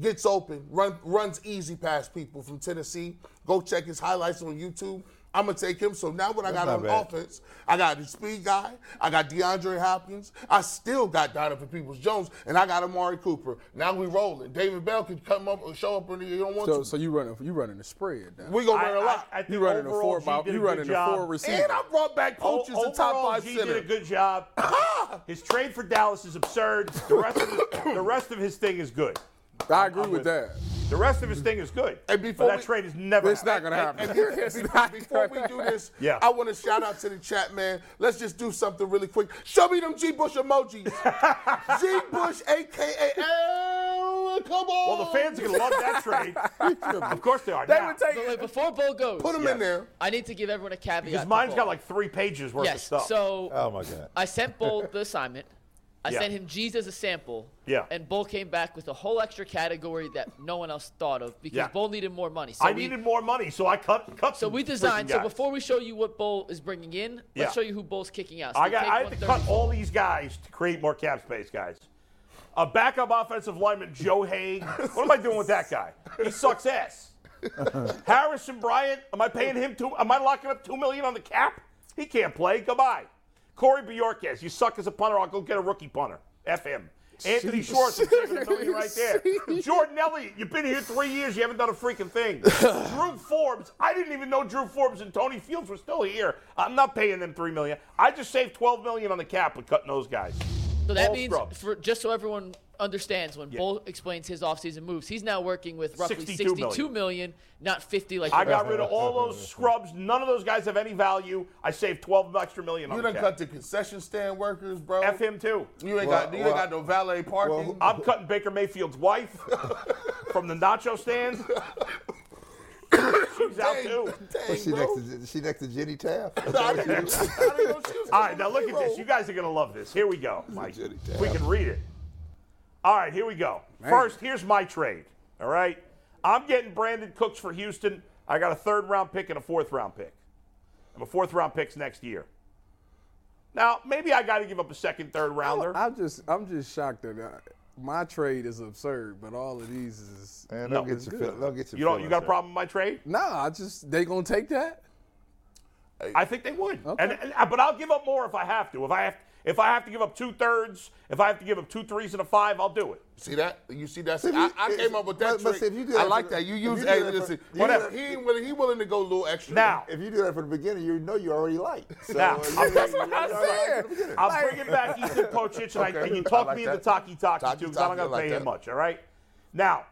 S3: gets open, run, runs easy past people from Tennessee. Go check his highlights on YouTube. I'm gonna take him. So now what I got on offense, I got the speed guy, I got DeAndre Hopkins, I still got Donovan Peoples Jones, and I got Amari Cooper. Now we rolling. David Bell could come up or show up when you don't want
S6: So,
S3: to.
S6: so you running you running the spread now.
S3: we gonna
S2: I,
S3: run a lot.
S2: I, I think
S6: You running the
S2: overall,
S6: four
S2: G
S6: by-
S2: did a
S6: you
S2: good
S6: running the
S2: job.
S6: four receiver.
S3: and I brought back
S2: O-
S3: coaches and top
S2: overall,
S3: five
S2: G
S3: center.
S2: did a good job. his trade for Dallas is absurd. The rest of his, the rest of his thing is good.
S6: I agree
S2: I'm
S6: with
S2: with
S6: that.
S2: The rest of his thing is good.
S3: And before
S2: but that
S3: we-
S2: trade is never.
S6: It's not gonna happen.
S3: And here-
S6: It's
S3: be-
S6: not
S3: before we
S6: gonna
S3: do this,
S2: Yeah.
S3: I want to shout out to the chat, man. Let's just do something really quick. Show me them G Bush emojis. G Bush, aka L. Come on.
S2: Well, the fans are gonna love that trade. of course they are.
S6: They
S2: now.
S6: would take
S7: But wait, before Bo goes,
S3: Put them in there.
S7: I need to give everyone a caveat.
S2: because
S7: to
S2: mine's
S7: Bo.
S2: got like three pages worth of
S7: yes.
S2: stuff.
S7: So
S4: Oh my God.
S7: I sent Bull the assignment. I
S2: Yeah.
S7: sent him G's as a sample.
S2: Yeah.
S7: And Bull came back with a whole extra category that no one else thought of because
S2: Yeah.
S7: Bull needed more money. So
S2: I
S7: we,
S2: needed more money, so I cut cut.
S7: So
S2: some
S7: we
S2: freaking
S7: designed. So
S2: guys.
S7: before we show you what Bull is bringing in, let's
S2: Yeah.
S7: show you who Bull's kicking out. So
S2: I
S7: we
S2: got
S7: take
S2: I had to cut
S7: 134.
S2: all these guys to create more cap space, guys. A backup offensive lineman, Joe Haig. What am I doing with that guy? He sucks ass. Harrison Bryant. Am I paying him two? Am I locking up two million on the cap? He can't play. Goodbye. Corey Bjorkes. You suck as a punter. I'll go get a rookie punter. F him. Anthony Schwartz, I'm taking a million right there. Jordan Elliott, you've been here three years, you haven't done a freaking thing. Drew Forbes, I didn't even know Drew Forbes and Tony Fields were still here. I'm not paying them three million. I just saved twelve million on the cap with cutting those guys.
S7: So that
S2: all
S7: means,
S2: scrubs.
S7: for, just so everyone understands, when Bull explains his offseason moves, he's now working with roughly
S2: 62
S7: 62
S2: million.
S7: million, not 50 like
S2: I
S7: the rest
S2: got rid of all those scrubs. None of those guys have any value. I saved twelve extra million on
S3: You
S2: the
S3: done cut
S2: cap.
S3: the concession stand workers, bro.
S2: F him too.
S3: You ain't
S5: Well,
S3: got you ain't
S5: well,
S3: got no valet parking.
S5: well, who-
S2: I'm cutting Baker Mayfield's wife from the nacho stand. She's out
S3: Dang,
S2: too.
S3: dang,
S5: Was she
S3: bro.
S5: next to she next to Jenny Taft?
S3: I didn't- I didn't know she was
S2: All right, now look at
S3: zero.
S2: this. You guys are going to love this. Here we go, Mike.
S5: Jenny
S2: If We can read it. All right, here we go. First, here's my trade. All right. I'm getting Brandon Cooks for Houston. I got a third round pick and a fourth round pick. And a fourth round pick's next year. Now, maybe I got to give up a second, third rounder.
S6: I'm just I'm just shocked that uh my trade is absurd, but all of these is
S5: Man,
S2: No,
S5: don't get
S2: it's
S5: your
S2: good.
S5: feel- don't get your
S2: you don't. You
S5: feelings
S2: got a
S5: hurt.
S2: problem with my trade?
S6: nah. I just they gonna take that.
S2: I think they would. And, and- but I'll give up more if I have to. If I have if I have to give up two thirds, if I have to give up two threes and a five, I'll do it.
S3: See that? You see that?
S5: See,
S3: I, I
S5: if-
S3: came up with that
S5: but- but
S3: trick.
S5: see, if you did
S3: I
S5: it
S3: like
S5: for-
S3: that. You
S5: if you
S3: use
S5: did
S3: hey,
S5: it for-
S3: listen.
S5: you
S3: whatever.
S5: did
S3: He
S5: it-
S3: ain't willing. He willing to go a little extra.
S2: Now,
S5: If you do that from the beginning, you know you already like. So
S2: Now,
S5: you-
S2: I'm- that's what
S5: you
S2: I'm
S5: already liked from the beginning.
S2: I'm bringing back Ethan Pocic, and, I, and you talk
S5: I like
S2: me
S5: that.
S2: into Taki Taki,
S3: Taki
S2: too, because I'm
S3: Taki, I
S2: not going
S3: like
S2: to pay
S3: that.
S2: him much, all right? Now,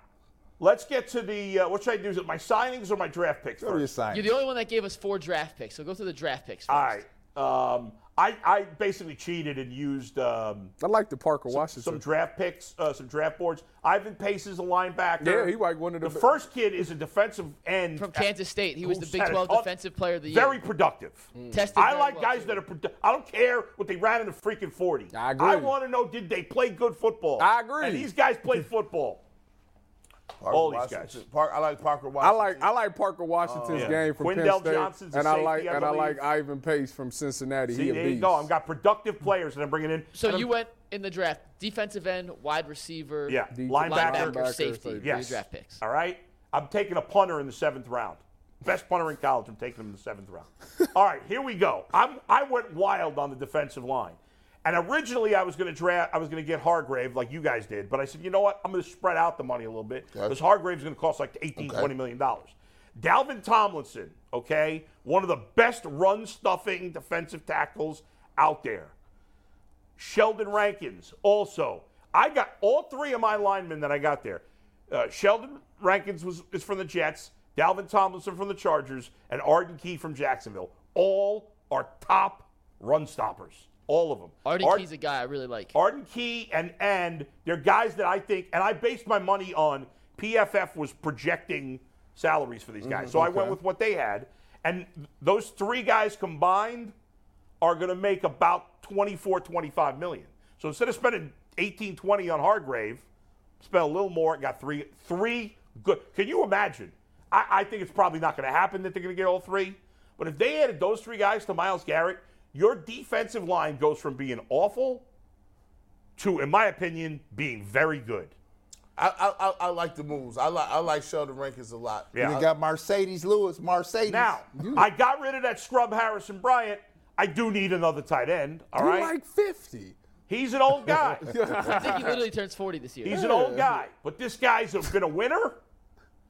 S2: let's get to the uh, what should I do? Is it my signings or my draft picks?
S5: What are you
S2: First?
S5: signing?
S7: You're the only one that gave us four draft picks, so go through the draft picks first.
S2: All right. Um, I, I basically cheated and used um,
S6: I like the Parker Washington.
S2: some draft picks, uh, some draft boards. Ivan Pace is a linebacker.
S6: Yeah, he like one of the
S2: The
S6: be-
S2: first kid is a defensive end
S7: From Kansas State, he was
S2: who
S7: the Big
S2: said it.
S7: 12
S2: Oh,
S7: Defensive Player of the Year. Mm.
S2: Very productive.
S7: Tested
S2: I
S7: very
S2: like
S7: well,
S2: guys
S7: too.
S2: that are. Produ- I don't care what they ran in the freaking forty.
S6: I agree.
S2: I want to know did they play good football?
S6: I agree.
S2: And these guys played football.
S3: Parker
S2: all these
S3: Washington.
S2: guys.
S3: Park, I like Parker
S6: I
S3: Washington.
S6: like I like Parker Washington's
S2: Oh, yeah.
S6: game from Penn
S2: Wendell
S6: State,
S2: Johnson's a
S6: and I
S2: safety,
S6: like
S2: I
S6: and I
S2: believe.
S6: like Ivan Pace from Cincinnati.
S2: See,
S6: he a
S2: there
S6: beast.
S2: you go. I've got productive players that I'm bringing in.
S7: So
S2: And
S7: you
S2: I'm-
S7: went in the draft defensive end, wide receiver,
S2: Yeah.
S6: Defensive
S2: Linebacker.
S7: linebacker, safety. for your
S2: Yes.
S7: draft picks.
S2: All right. I'm taking a punter in the seventh round. Best punter in college. I'm taking him in the seventh round. All right, here we go. I'm I went wild on the defensive line. And originally I was gonna draft I was gonna get Hargrave like you guys did, but I said, you know what? I'm gonna spread out the money a little bit. Because Hargrave's gonna cost like 18, 20 million dollars. Dalvin Tomlinson, okay, one of the best run stuffing defensive tackles out there. Sheldon Rankins also. I got all three of my linemen that I got there. Uh, Sheldon Rankins was is from the Jets, Dalvin Tomlinson from the Chargers, and Arden Key from Jacksonville. All are top run stoppers. All of them.
S7: Artie
S2: Ard-
S7: Key's a guy I really like.
S2: Arden Key and and they're guys that I think, and I based my money on PFF was projecting salaries for these guys, so I went with what they had, and those three guys combined are going to make about 24, 25 million. So instead of spending 18 20 on Hargrave, spent a little more, got three three good. Can you imagine? I, I think it's probably not going to happen that they're going to get all three. But if they added those three guys to Miles Garrett, your defensive line goes from being awful to, in my opinion, being very good.
S3: I, I, I, I like the moves. I like I like Sheldon Rankins a lot.
S2: Yeah.
S5: You got Mercedes Lewis, Mercedes.
S2: Now, I got rid of that scrub Harrison Bryant. I do need another tight end. All
S6: You
S2: right,
S6: like 50.
S2: he's an old guy.
S7: I think he literally turns 40 this year.
S2: He's an old guy, but this guy's a- been a winner.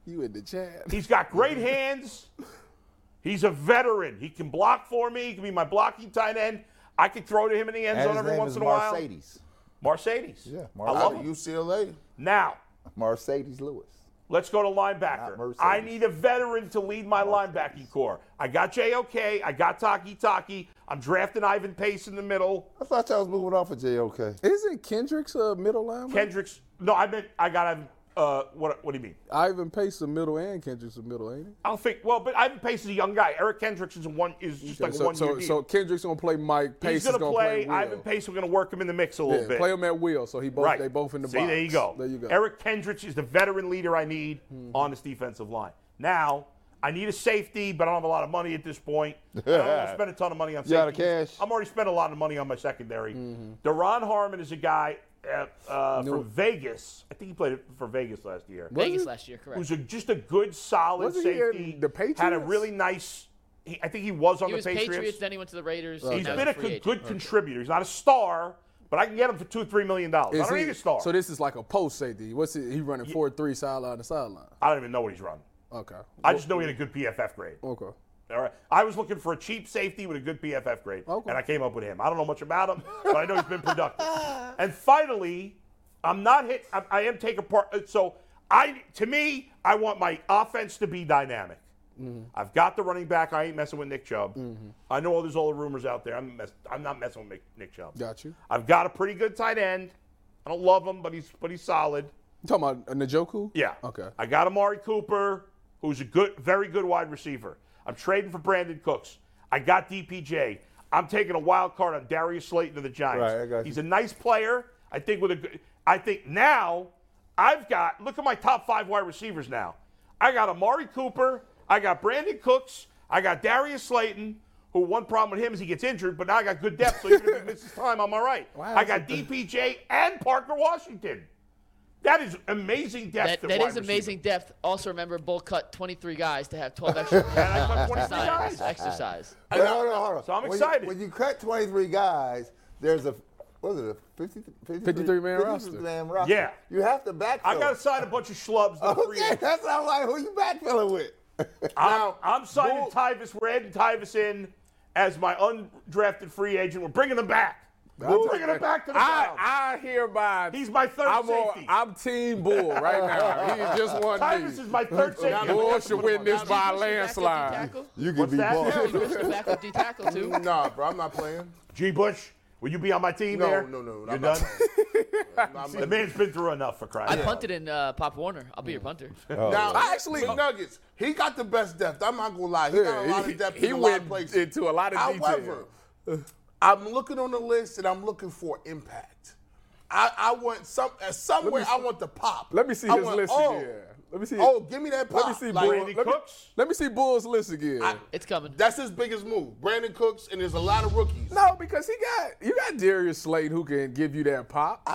S6: You in the chat.
S2: He's got great hands. He's a veteran. He can block for me. He can be my blocking tight end. I can throw to him in the end
S5: And
S2: zone
S5: his
S2: every
S5: name
S2: once
S5: is
S2: in a
S5: Mercedes.
S2: while. Mercedes. I
S5: Yeah, Mercedes.
S2: love
S3: Out of
S2: him.
S3: UCLA.
S2: Now,
S5: Mercedes Lewis.
S2: let's go to
S5: Not
S2: linebacker.
S5: Mercedes.
S2: I need a veteran to lead my linebacking core. I got JOK. I got Taki Taki. I'm drafting Ivan Pace in the middle.
S5: I thought y'all was moving off of JOK.
S6: Isn't Kendricks a middle lineman?
S2: Kendricks. No, I meant I got Ivan. Uh, what, what do you mean?
S6: Ivan Pace a middle and Kendricks a middle, ain't he?
S2: I don't think. Well, but Ivan Pace is a young guy. Eric Kendricks is a one is just like a
S6: so,
S2: one year
S6: so,
S2: deal.
S6: so Kendricks gonna play Mike. Pace
S2: He's going
S6: is
S2: to
S6: gonna
S2: play.
S6: Will.
S2: Ivan Pace. We're going to work him in the mix a little
S6: Yeah,
S2: bit.
S6: play them at will, so he both
S2: right.
S6: they both in the
S2: See,
S6: box.
S2: there you go.
S6: There you go. Hmm.
S2: Eric Kendricks is the veteran leader I need on this defensive line. Now, I need a safety, but I don't have a lot of money at this point. I don't want to spend a ton of money on
S5: You
S2: safety.
S5: out of cash?
S2: I'm already spent a lot of money on my secondary.
S6: Mm-hmm.
S2: Daron Harmon is a guy uh, uh, from Vegas. I think he played for Vegas last year
S7: Vegas last year, correct?
S2: who's a, just a good, solid
S6: Wasn't he in
S2: safety.
S6: the
S2: Had a
S6: Patriots?
S2: really nice. He, I think he was on
S7: He
S2: the
S7: was
S2: Patriots.
S7: Patriots. then he went to the Raiders.
S2: He's
S7: and now
S2: been a
S7: free
S2: good,
S7: agent.
S2: good contributor. He's not a star, but I can get him for two, three million dollars. I
S6: Is
S2: don't
S6: he-
S2: need a star.
S6: So this is like a post safety. What's it? He running four three sideline to sideline.
S2: I don't even know what he's running.
S6: Okay.
S2: I just know he had a good PFF grade.
S6: Okay.
S2: All right. I was looking for a cheap safety with a good PFF grade,
S6: Okay.
S2: and I came up with him. I don't know much about him, but I know he's been productive. and finally, I'm not hit. I, I am taking part. uh, So I, to me, I want my offense to be dynamic.
S6: Mm-hmm.
S2: I've got the running back. I ain't messing with Nick Chubb. I know there's all the rumors out there. I'm mess, I'm not messing with Nick, Nick Chubb.
S6: Got you.
S2: I've got a pretty good tight end. I don't love him, but he's but he's solid.
S6: You talking about uh, Njoku?
S2: Yeah.
S6: Okay.
S2: I got Amari Cooper, who's a good, very good wide receiver. I'm trading for Brandon Cooks. I got DPJ. I'm taking a wild card on Darius Slayton of the Giants.
S5: Right, I got
S2: He's
S5: you.
S2: a nice player. I think with a good. I think now I've got. Look at my top five wide receivers now. I got Amari Cooper. I got Brandon Cooks. I got Darius Slayton. Who one problem with him is he gets injured, but now I got good depth, so even if he misses time, I'm all right. I got DPJ and Parker Washington. That is amazing
S7: That,
S2: depth. at
S7: that
S2: wide
S7: is amazing
S2: receiver.
S7: depth. Also, remember, Bull cut 23 guys to have 12 extra
S2: I cut 23
S7: exercise.
S2: guys.
S7: exercise.
S5: Wait, hold on, hold on.
S2: So I'm
S5: When you-
S2: excited.
S5: When you, cut 23 guys, there's a what is it? A 50, 53,
S6: 53-man
S5: 53
S6: roster.
S5: man roster.
S2: Yeah.
S5: You have to backfill.
S2: I got to sign a bunch of schlubs. that are free
S5: Okay,
S2: agents.
S5: that's what I'm like. Who you backfilling with?
S2: I'm, I'm signing Tyvus. We're adding Tyvus in as my undrafted free agent. We're bringing him back. We're bringing him back to the Browns.
S6: I, I hereby.
S2: He's my third
S6: I'm on-
S2: safety.
S6: I'm Team Bull right now. he just won
S2: Tyvus
S6: me.
S2: is my third safety.
S6: Bull should win this by a landslide.
S5: you can
S2: What's
S5: be
S2: that?
S5: boss.
S7: Push the back with D tackle, too.
S3: Nah, bro, I'm not playing.
S2: G. Bush, will you be on my team
S3: No,
S2: there?
S3: no, no,
S2: You're
S3: I'm
S2: done.
S3: not
S2: the man's been through enough for crying.
S7: I
S2: out loud.
S7: punted in uh, Pop Warner. I'll be your punter.
S3: Now, actually, Nuggets, he got the best depth. I'm not gonna lie, he got a lot
S6: he
S3: of depth
S6: he
S3: in a lot
S6: went
S3: of places.
S6: into a lot of
S3: However,
S6: detail.
S3: I'm looking on the list and I'm looking for impact. I, I want some uh, somewhere. I want the pop.
S6: Let me see
S3: I
S6: his
S3: want,
S6: list
S3: oh,
S6: again. Let me see.
S3: Oh, give me that pop.
S6: let me see
S3: Like,
S6: Bull.
S2: Brandon
S6: Let me,
S2: Cooks?
S6: let me see Bull's list again.
S7: It's coming.
S3: that's his biggest move. Brandon Cooks, and there's a lot of rookies.
S6: no, because he got you got Darius Slade who can give you that pop.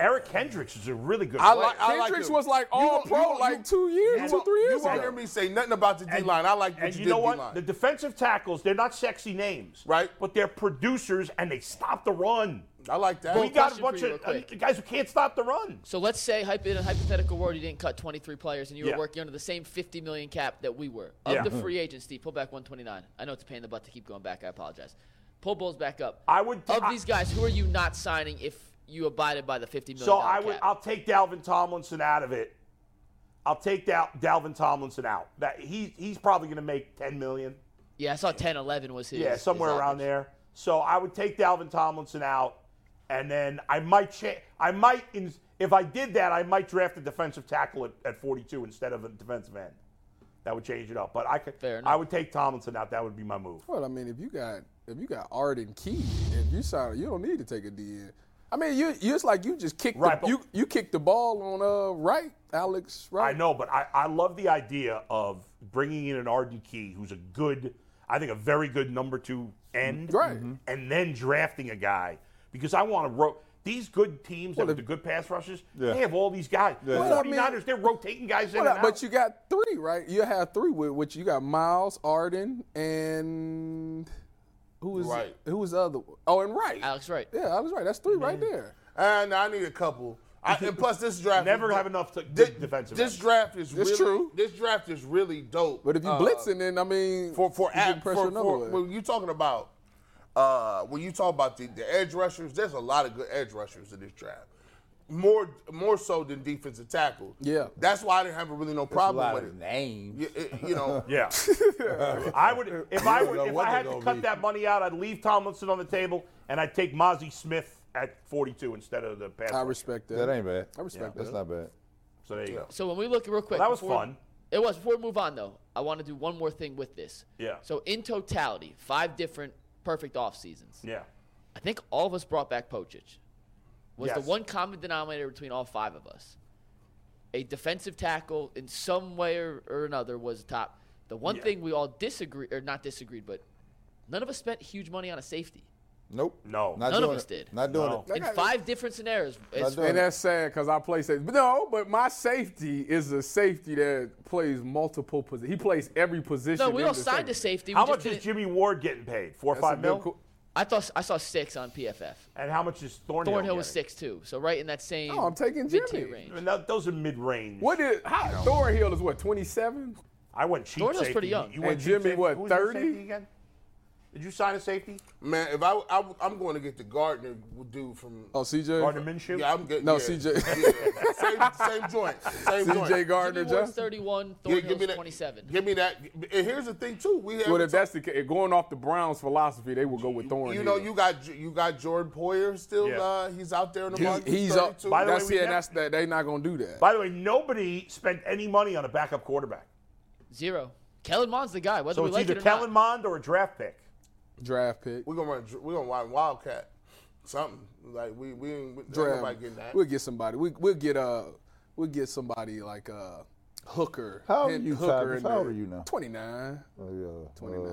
S2: Eric Hendricks is a really good
S3: I
S2: player.
S3: like. I like
S6: Kendricks
S3: him.
S6: was like
S3: You
S6: all
S3: won't- you
S6: pro
S3: won't-
S6: like
S3: you-
S6: two years,
S3: you
S6: two
S3: won't-
S6: three years
S3: You won't
S6: ago.
S3: hear me say nothing about the D line. I like.
S2: And you know what?
S3: D-line.
S2: The defensive tackles, they're not sexy names.
S3: Right.
S2: But they're producers and they stop the run.
S3: I like that.
S2: We got a
S7: question
S2: bunch
S7: for you
S2: of
S7: real
S2: uh,
S7: quick.
S2: guys who can't stop the run.
S7: So let's say, hype in a hypothetical world, you didn't cut 23 players and you were
S2: Yeah.
S7: working under the same 50 million cap that we were. Of
S2: Yeah. Uh-huh.
S7: the free agents, Steve, pull back 129. I know it's a pain in the butt to keep going back. I apologize. Pull Bulls back up.
S2: I would-
S7: Of
S2: I-
S7: these guys, who are you not signing if you abided by the 50 million?
S2: So I would.
S7: cap?
S2: I'll take Dalvin Tomlinson out of it. I'll take Dal- Dalvin Tomlinson out. That he he's probably going to make ten million.
S7: yeah, I saw 10, 11 was his.
S2: Yeah, somewhere
S7: his
S2: around
S7: average.
S2: there. So I would take Dalvin Tomlinson out, and then I might cha- I might in- if I did that, I might draft a defensive tackle at, at 42 instead of a defensive end. That would change it up. But I could.
S7: Fair enough.
S2: I would take Tomlinson out. That would be my move.
S6: Well, I mean, if you got if you got Arden Key, if you sign, you don't need to take a D in. I mean, you you it's like you just kicked
S2: Right,
S6: the,
S2: but-
S6: you you kicked the ball on uh right, Alex. Right.
S2: I know, but I, I love the idea of bringing in an Arden Key, who's a good, I think a very good number two end,
S6: Right. Mhm.
S2: and then drafting a guy because I want to ro- these good teams that with the good pass rushes, they have all these guys. The
S6: Well, I
S2: 49ers,
S6: mean-
S2: they're rotating guys in
S6: Well,
S2: and out.
S6: but you got three, right? You have three with which you got Miles, Arden, and who was
S3: Right.
S6: who was the other? one? Oh, and Wright.
S7: Alex Wright.
S6: Yeah, Alex Wright. That's 3 right there.
S3: And Ah, I need a couple. I, and plus, this draft
S2: Never
S3: is-
S2: have enough to-
S3: thi-
S2: defensive
S3: This
S2: ends.
S3: draft is
S6: It's
S3: really,
S6: true.
S3: This draft is really dope.
S6: But if you
S3: uh,
S6: blitzing, then I mean,
S3: for for,
S6: you can
S3: at, for,
S6: pressure another
S3: for
S6: way.
S3: when you talking about uh, when you talk about the, the edge rushers, there's a lot of good edge rushers in this draft. More more so than defensive tackle.
S6: Yeah.
S3: that's why I didn't have really no
S5: a
S3: problem
S5: lot
S3: with it.
S5: of names.
S3: You, it- you know,
S2: yeah, I would if I
S5: know
S2: would if
S5: what
S2: I
S5: they're
S2: had to
S5: gonna
S2: cut
S5: be.
S2: that money out, I'd leave Tomlinson on the table and I'd take Mozzie Smith at 42 instead of the pass.
S6: I
S2: rusher.
S6: respect that.
S4: That ain't bad.
S6: I respect
S4: That's
S6: that.
S4: not bad.
S2: So there you go.
S7: So when we look real quick,
S2: That was
S7: before-
S2: fun.
S7: It was. Before we move on, though, I want to do one more thing with this.
S2: Yeah.
S7: So in totality, five different perfect off seasons.
S2: Yeah,
S7: I think all of us brought back Pocic. Was the
S2: Yes.
S7: one common denominator between all five of us. A defensive tackle in some way or, or another was top. The one
S2: Yeah.
S7: thing we all disagree or not disagreed, but none of us spent huge money on a safety.
S4: Nope.
S2: No.
S4: Not
S7: None of
S4: doing
S7: us
S4: it.
S7: did.
S4: Not doing
S2: No.
S4: it.
S7: In five different scenarios, it's
S4: doing
S6: And that's sad because I play safety. But no, but my safety is a safety that plays multiple positions. He plays every position.
S7: No, we
S6: in
S7: all
S6: the
S7: signed a
S6: safety.
S7: safety. We
S2: How
S7: just
S2: much is
S7: didn't-
S2: Jimmy Ward getting paid? Four or
S6: That's a
S2: five
S6: good
S2: mil.
S6: co-
S7: I thought I saw six on PFF.
S2: And how much is Thornhill?
S7: Thornhill was
S2: getting?
S7: six too, so right in that same.
S6: No, I'm taking
S7: mid-tier
S6: Jimmy.
S7: range.
S2: I mean, that, those are mid-range.
S6: What is how, Thornhill is what 27?
S2: I went cheap.
S7: Thornhill's
S2: safety.
S7: pretty young.
S2: You went
S6: And
S2: cheap
S6: Jimmy,
S2: safety?
S6: what,
S2: Who was your
S6: 30?
S2: safety again? Did you sign a safety?
S3: man, if I, I am going to get the Gardner dude from.
S6: Oh, CJ.
S2: Gardner Minshew.
S3: Yeah, I'm getting
S6: No,
S3: yeah.
S6: CJ.
S3: Yeah. same, same joint. Same joint.
S6: CJ Gardner
S7: Jimmy Ward's
S6: Johnson.
S7: 31,
S3: Yeah,
S7: Thornhill's 27.
S3: Give me that. And here's the thing too. We have
S6: Well, if that's the case, going off the Browns' philosophy, they will go with Thornhill.
S3: you know you got you got Jordan Poyer still.
S2: Yeah.
S3: Uh, he's out there in the
S6: He-
S3: market.
S6: he's up.
S3: 32.
S2: By the way,
S6: that's
S2: we
S6: it.
S2: never-
S6: That's that. They're not gonna do that.
S2: By the way, nobody spent any money on a backup quarterback.
S7: Zero. Kellen Mond's the guy, whether
S2: So
S7: we
S2: it's
S7: like
S2: either
S7: it or
S2: Kellen
S7: not.
S2: Mond or a draft pick.
S6: Draft pick.
S3: we're gonna run. We're gonna run Wildcat. Something like we we ain't we- ain't
S6: Draft.
S3: nobody getting that.
S6: We'll get somebody. We, we'll get uh, we'll get somebody like uh, Hooker.
S4: How old
S6: Hen-
S4: are you,
S6: Hooker
S4: Travis?
S6: in
S4: How old
S6: there.
S4: are you now?
S6: 29.
S4: Oh, yeah.
S6: 29.
S4: Uh,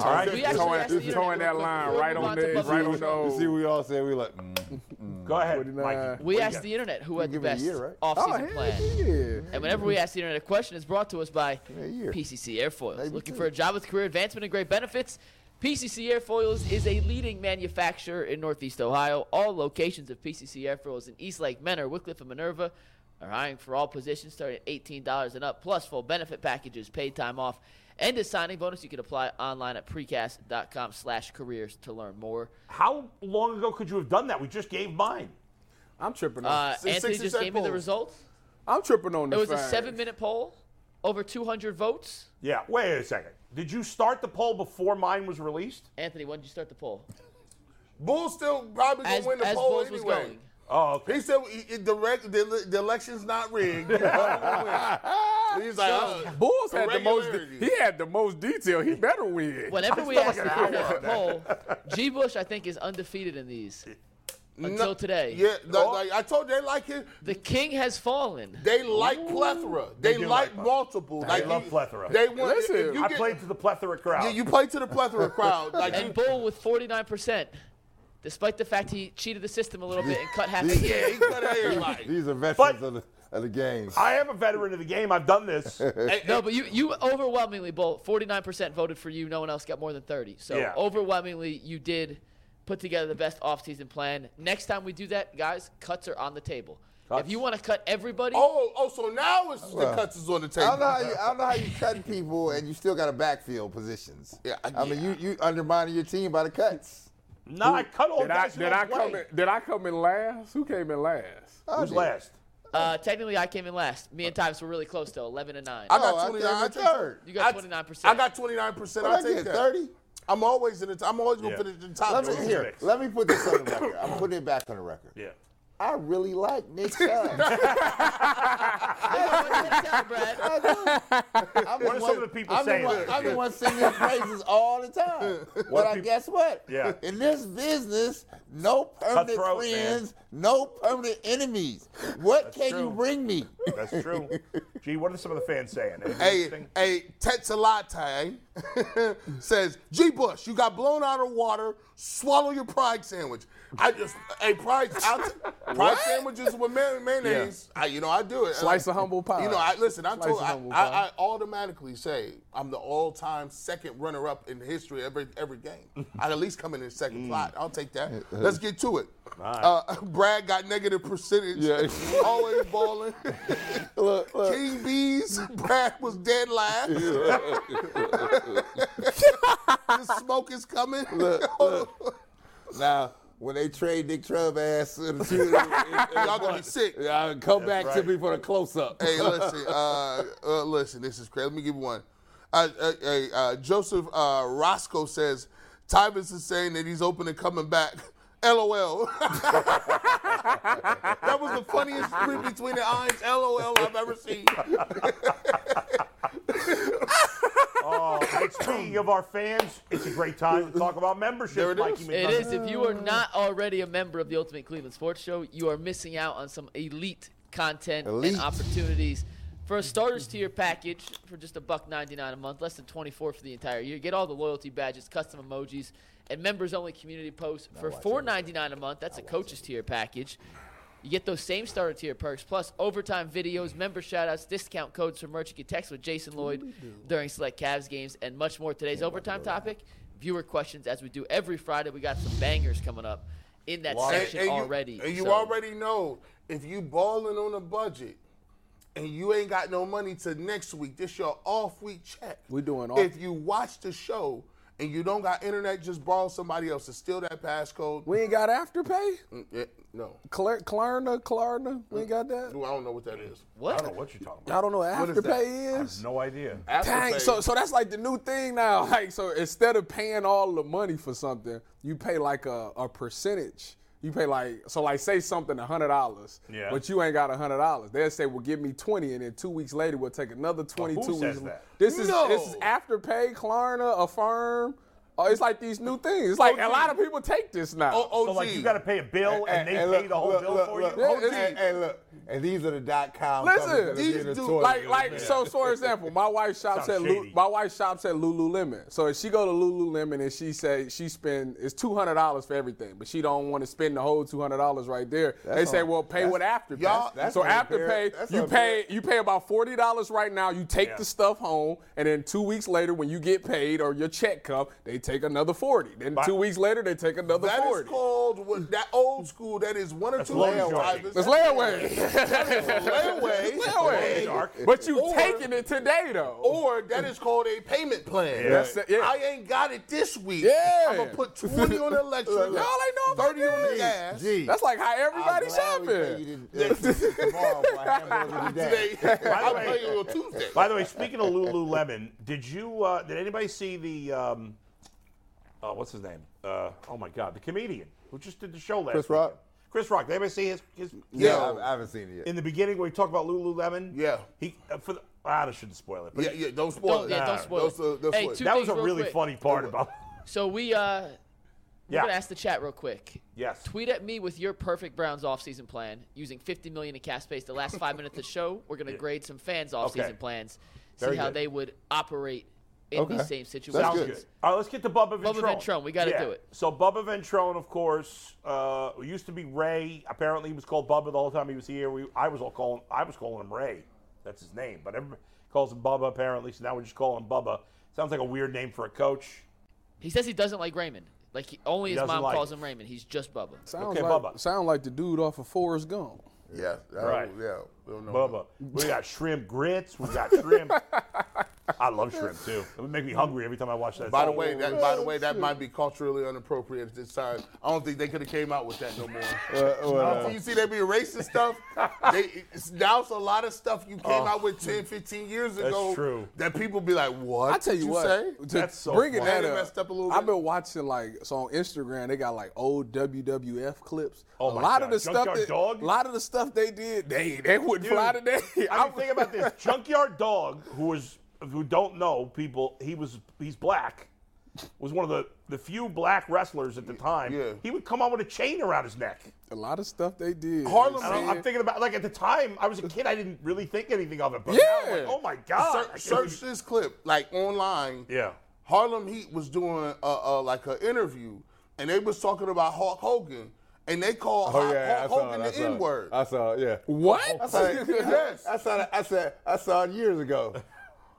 S2: All right.
S7: Mm. We actually
S6: Towing-
S7: asked the internet
S6: towing
S7: real
S6: that
S7: quick
S6: line
S7: before we
S6: right
S7: move
S6: on
S7: to
S6: the edge,
S7: Bubba
S6: right
S7: Watson.
S6: on the-
S4: You see, we all said we like. Mm, mm.
S2: Go ahead,
S6: 49.
S2: Mikey.
S7: We
S2: What do you
S7: asked
S2: got?
S7: the internet who had the
S4: give it a
S7: best
S4: year, right?
S6: Oh,
S7: offseason
S6: hell
S7: plan.
S6: yeah.
S7: And whenever we asked the internet a question, it's brought to us by
S4: a year.
S7: PCC Airfoils.
S4: Maybe
S7: Looking
S4: two.
S7: for a job with career advancement and great benefits? PCC Airfoils is a leading manufacturer in Northeast Ohio. All locations of PCC Airfoils in Eastlake, Menor, Wickliffe, and Minerva are hiring for all positions starting at $18 and up, plus full benefit packages, paid time off, and a signing bonus. You can apply online at precast.com slash careers to learn more.
S2: How long ago could you have done that? We just gave mine.
S6: I'm tripping on.
S7: Uh,
S3: Six-
S7: Anthony
S3: six
S7: just
S3: percent
S7: gave me the
S3: polls.
S7: results.
S6: I'm tripping on.
S7: It
S6: The
S7: was a
S6: fact.
S7: seven-minute poll, over 200 votes.
S2: Yeah. Wait a second. Did you start the poll before mine was released?
S7: Anthony, when did you start the poll?
S3: Bulls still probably gonna
S7: As,
S3: win the
S7: as
S3: poll
S7: Bulls was
S3: anyway.
S7: going.
S2: Oh, okay.
S3: He said he, he- the, rec, the the election's not rigged. He's like, uh,
S6: Bulls had the most.
S3: Irregularity.
S6: He had the most detail. He better win.
S7: Whenever we ask the people at the poll, G. Bush, I think, is undefeated in these until
S3: no-
S7: today.
S3: Yeah, the- like I told you, they like him.
S7: The king has fallen.
S3: They like plethora. They,
S2: do like
S3: like,
S2: plethora.
S3: multiple. like
S2: love
S3: you-
S2: plethora.
S3: They want.
S6: Listen,
S3: if you
S2: I
S3: get-
S2: played to the plethora crowd.
S3: Yeah, you play to the plethora crowd. Like
S7: and
S3: you,
S7: Bull with 49%, despite the fact he cheated the system a little bit and cut half the
S3: yeah,
S7: game.
S3: he cut everybody.
S4: These are veterans
S2: But-
S4: of, the, of the game.
S2: I am a veteran of the game. I've done this.
S7: No, but you, you overwhelmingly, Bull, 49% voted for you. No one else got more than 30. So
S2: Yeah.
S7: overwhelmingly, you did put together the best offseason plan. Next time we do that, guys, cuts are on the table. If you want to cut everybody,
S3: Oh, oh, so now it's the cuts is on
S4: I
S3: the
S4: don't know
S3: table.
S4: how you, I don't know how you cut people and you still got a backfield positions.
S3: Yeah, I-
S4: I mean you you undermining your team by the cuts.
S2: No, I cut all
S6: Did I,
S2: guys who
S6: did
S2: don't
S6: I come?
S2: play.
S6: In, did I come in last? Who came in last?
S4: I
S2: Who's
S4: did.
S2: last?
S7: uh, technically, I came in last. Me and Times were really close, though, 11 and 9.
S3: I
S4: Oh, I
S3: got
S4: came
S3: twenty nine.
S4: in third.
S7: You got
S3: I-
S7: 29%.
S3: I got twenty nine percent.
S4: What
S3: I
S4: I get
S3: take that.
S4: thirty.
S3: I'm always in the. T- I'm always gonna
S2: Yeah.
S3: finish in the top.
S4: Let me
S3: two.
S4: here.
S2: mix.
S4: Let me put this on the record. I'm putting it back on the record.
S2: Yeah.
S4: I really like Nick Chubb.
S7: What's that, Brad?
S4: I do. I'm
S2: What are some of the people
S4: I'm
S2: saying?
S4: The one, I'm the one singing his praises all the time.
S2: What
S4: but I
S2: peop-
S4: guess what?
S2: Yeah.
S4: In this business, no permanent
S2: Cutthroat, man.
S4: friends, no permanent enemies. What can
S2: true.
S4: you bring me?
S2: That's true. Gee, what are some of the fans saying? Anything
S3: Hey,
S2: interesting?
S3: hey, Tetsalate says, G. Bush, you got blown out of water. Swallow your pride sandwich. I just, hey, pride, I'll t- pride sandwiches with may- mayonnaise. I, you know, I do it.
S6: Slice
S3: And
S6: of
S3: I-
S6: humble pie.
S3: You know, I listen. I
S6: Slice
S3: told,
S6: of
S3: I,
S6: humble
S3: I,
S6: pie.
S3: I automatically say I'm the all-time second runner-up in the history of every every game. I'd at least come in in
S6: Mm.
S3: second slot. I'll take that. Let's get to it. Uh, Brad got negative percentage.
S5: Yeah.
S3: Always balling.
S5: Look, look.
S3: King Bees, Brad was dead last. the smoke is coming. Oh,
S5: Now, when they trade Nick Chubb ass to the Chiefs,
S3: Y'all gonna be sick.
S5: y'all come back to
S2: right.
S5: me for the close up.
S3: Hey, listen, uh, uh, listen, this is crazy. Let me give you one. Uh, uh, uh, uh, Joseph uh, Roscoe says, Tyvus is saying that he's open to coming back. LOL. that was the funniest tweet between the eyes LOL I've ever seen.
S2: Oh, hey, speaking of our fans, it's a great time to talk about
S3: There
S2: membership.
S3: it
S2: Mikey
S3: is.
S2: McDonough.
S7: It is. If you are not already a member of the Ultimate Cleveland Sports Show, you are missing out on some elite content
S4: Elite.
S7: and opportunities. For a starters tier package for just a buck ninety nine a month, less than twenty four for the entire year, get all the loyalty badges, custom emojis, and members only community posts for four ninety nine a month. That's a coaches tier package. You get those same starter tier perks, plus overtime videos, member shoutouts, discount codes for merch. You can text with Jason Lloyd during select Cavs games, and much more. Today's overtime topic: viewer questions, as we do every Friday. We got some bangers coming up in that section
S3: you-
S7: already.
S3: and you
S7: so-
S3: already know if you balling on a budget and you ain't got no money till next week, this your off week check.
S6: We doing off-
S3: If you watch the show and you don't got internet, just borrow somebody else to steal that passcode. Mm,
S6: We ain't got afterpay?
S3: Yeah, no,
S6: Clar- Klarna, Klarna? We ain't got
S3: Dude,
S6: that?
S3: I don't know what that is.
S2: I
S7: what?
S2: don't know what you're talking about.
S6: Y'all don't know what
S3: What is that?
S6: afterpay is?
S2: No idea.
S6: Dang,
S3: Afterpay.
S6: so so that's like the new thing now. Like so instead of paying all the money for something, you pay like a, a percentage. You pay like so like say something a hundred dollars.
S2: Yeah.
S6: But you ain't got a hundred dollars. They'll say, Well give me twenty and then two weeks later we'll take another twenty two
S2: says
S6: weeks.
S2: that?
S6: This is
S3: No.
S6: this is afterpay, Klarna, Affirm. Oh, it's like these new things. It's like a lot of people take this now.
S3: O-
S5: Oh,
S3: OG,
S2: So, like, you got to pay a bill, and they
S5: Hey,
S2: pay
S5: look,
S2: the whole
S5: look,
S2: bill
S5: look,
S2: for
S5: look.
S2: you?
S6: Yeah,
S5: Oh,
S6: it's-
S5: hey, hey, look. And these are the dot com.
S6: Listen,
S3: these
S5: these
S3: dude-
S6: like like so for example, my wife shops
S2: Sounds
S6: at Lu-
S2: shady.
S6: my wife shops at Lululemon. So if she go to Lululemon and she say she spend it's two hundred dollars for everything, but she don't want to spend the whole two hundred dollars right there. they say,
S5: on-
S6: well, pay with AfterPay.
S5: Y'all- that's
S6: so
S5: on
S6: AfterPay,
S5: Imperial- that's
S6: you
S5: on
S6: pay
S5: Imperial.
S6: you pay about forty dollars right now. You take
S2: Yeah.
S6: the stuff home, and then two weeks later, when you get paid or your check come, they take another forty. Then
S2: Bye.
S6: two weeks later, they take another
S3: that is
S6: forty.
S3: called what, that old school. That is one or two
S2: long
S3: layers.
S2: joint.
S3: Ivers.
S6: It's layaway.
S3: Layaway.
S6: Layaway.
S2: Dark.
S6: But you
S3: Or-
S6: taking it today though.
S3: Or that is called a payment plan.
S6: That's it, yeah.
S3: I ain't got it this week.
S6: Yeah.
S3: I'm gonna put 20 on the electric.
S6: Y'all ain't know about
S3: 30 on the
S6: this.
S3: gas.
S6: That's like how everybody's
S5: I'm glad we
S6: shopping.
S5: paid you this- uh, tomorrow for a hamburger today.
S3: Today, I'll
S2: way-
S3: pay you on Tuesday.
S2: By the way, speaking of Lululemon, did you uh, did anybody see the um, uh, what's his name? Uh, oh my God, the comedian who just did the show last.
S5: Chris Rock?
S2: weekend. Chris Rock. Did anybody see his? his
S5: Yeah, I- I haven't seen it yet.
S2: In the beginning, where he talked about Lululemon.
S3: Yeah.
S2: He uh, for the, I shouldn't spoil it. But
S3: Yeah, yeah, don't spoil
S7: Don't,
S3: it.
S7: yeah, don't spoil
S3: Those, uh,
S7: it.
S3: those
S7: hey,
S3: were-
S7: two
S2: that was
S7: things
S2: a
S7: real
S2: really
S7: quick.
S2: funny part about.
S7: So we uh, we're
S2: Yeah.
S7: gonna ask the chat real quick.
S2: Yes.
S7: Tweet at me with your perfect Browns offseason plan using 50 million in cap space. The last five minutes of the show, we're gonna grade some fans offseason
S2: Okay.
S7: plans, see
S5: Very
S7: how
S5: good.
S7: they would operate in
S5: Okay.
S7: these same
S5: Sounds good.
S7: situations.
S2: Sounds good. All right, let's get to Bubba Ventrone.
S7: Bubba Ventrone, we gotta do it.
S2: So Bubba Ventrone, of course, uh, who used to be Ray. Apparently, he was called Bubba the whole time he was here. We, I was all calling, I was calling him Ray. That's his name, but everybody calls him Bubba apparently. So now we just call him Bubba. Sounds like a weird name for a coach.
S7: He says he doesn't like Raymond. Like he, only his
S2: doesn't
S7: mom
S2: like
S7: calls
S2: it.
S7: him Raymond. He's just Bubba.
S6: Sounds
S2: Okay,
S6: like,
S2: Bubba.
S6: Sound like the dude off of Forrest Gump.
S3: Yeah, that-
S2: Right.
S3: yeah. we don't know.
S2: Bubba. We got shrimp grits. We got shrimp I love shrimp too. It would make me hungry every time I watch that.
S3: By the
S2: thing.
S3: way, that,
S6: Oh,
S3: by the way, that might be culturally inappropriate at this time. I don't think they could have came out with that no more. Until you see they be racist stuff. They, it's, now it's a lot of stuff you
S5: Oh.
S3: came out with 10, 15 years ago.
S2: true.
S3: That people be like, what?
S6: I tell you,
S3: did
S6: what,
S3: say?
S6: to
S2: That's so
S6: bringing
S2: funny.
S6: that
S3: They
S6: up,
S3: messed up a little
S6: I've
S3: bit.
S6: been watching like so on Instagram. They got like old WWF clips.
S2: Oh
S6: a
S2: my
S6: lot
S2: God.
S6: of the stuff,
S2: Junkyard
S6: that,
S2: Dog?
S6: a lot of the stuff they did, they they wouldn't fly
S2: Dude,
S6: today.
S2: I mean, think about this. Junkyard Dog, who was who don't know people, he was he's black, was one of the the few black wrestlers at the time.
S3: Yeah.
S2: He would come out with a chain around his neck.
S6: a lot of stuff they did.
S3: Harlem
S2: I don't, I'm
S3: Yeah.
S2: thinking about like at the time I was a kid, I didn't really think anything of it. But now I'm
S6: Yeah.
S2: like, oh my god, I
S3: Search,
S2: can't
S3: search
S2: believe-
S3: this clip, like online.
S2: Yeah.
S3: Harlem Heat was doing uh, uh, like an interview, and they was talking about Hulk Hogan, and they
S5: Oh,
S3: called Hulk, Hulk Hogan the N word.
S5: I saw it, yeah.
S6: What?
S3: Yes.
S5: I saw it, I said I saw it years ago.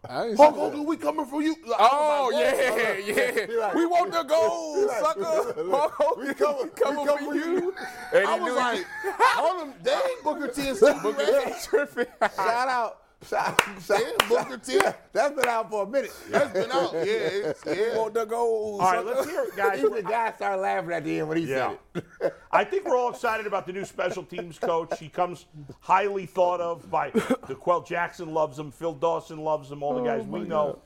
S6: I ain't
S3: Hulk
S6: seen that.
S3: Hogan, we coming for you. Like, I was
S6: Oh
S3: like, whoa.
S6: yeah, yeah. we want the gold, sucker. Hulk Hogan, we coming, for you. And
S3: I
S6: he
S3: was
S6: knew
S3: like, Harlem, they ain't Booker T and Stevie
S6: Booker
S3: Ray.
S6: T tripping.
S5: Shout out, shout, shout
S3: They ain't Booker T.
S5: That's been out for a minute.
S3: That's been out. Yeah, it's,
S6: We
S3: yeah.
S6: want the gold.
S2: All right,
S6: sucker.
S2: let's hear it, guys.
S5: Even the guy started laughing at the end when he
S2: Yeah.
S5: said it.
S2: I think we're all excited about the new special teams coach. He comes highly thought of by the Quell Jackson loves him, Phil Dawson loves him, all the guys we know.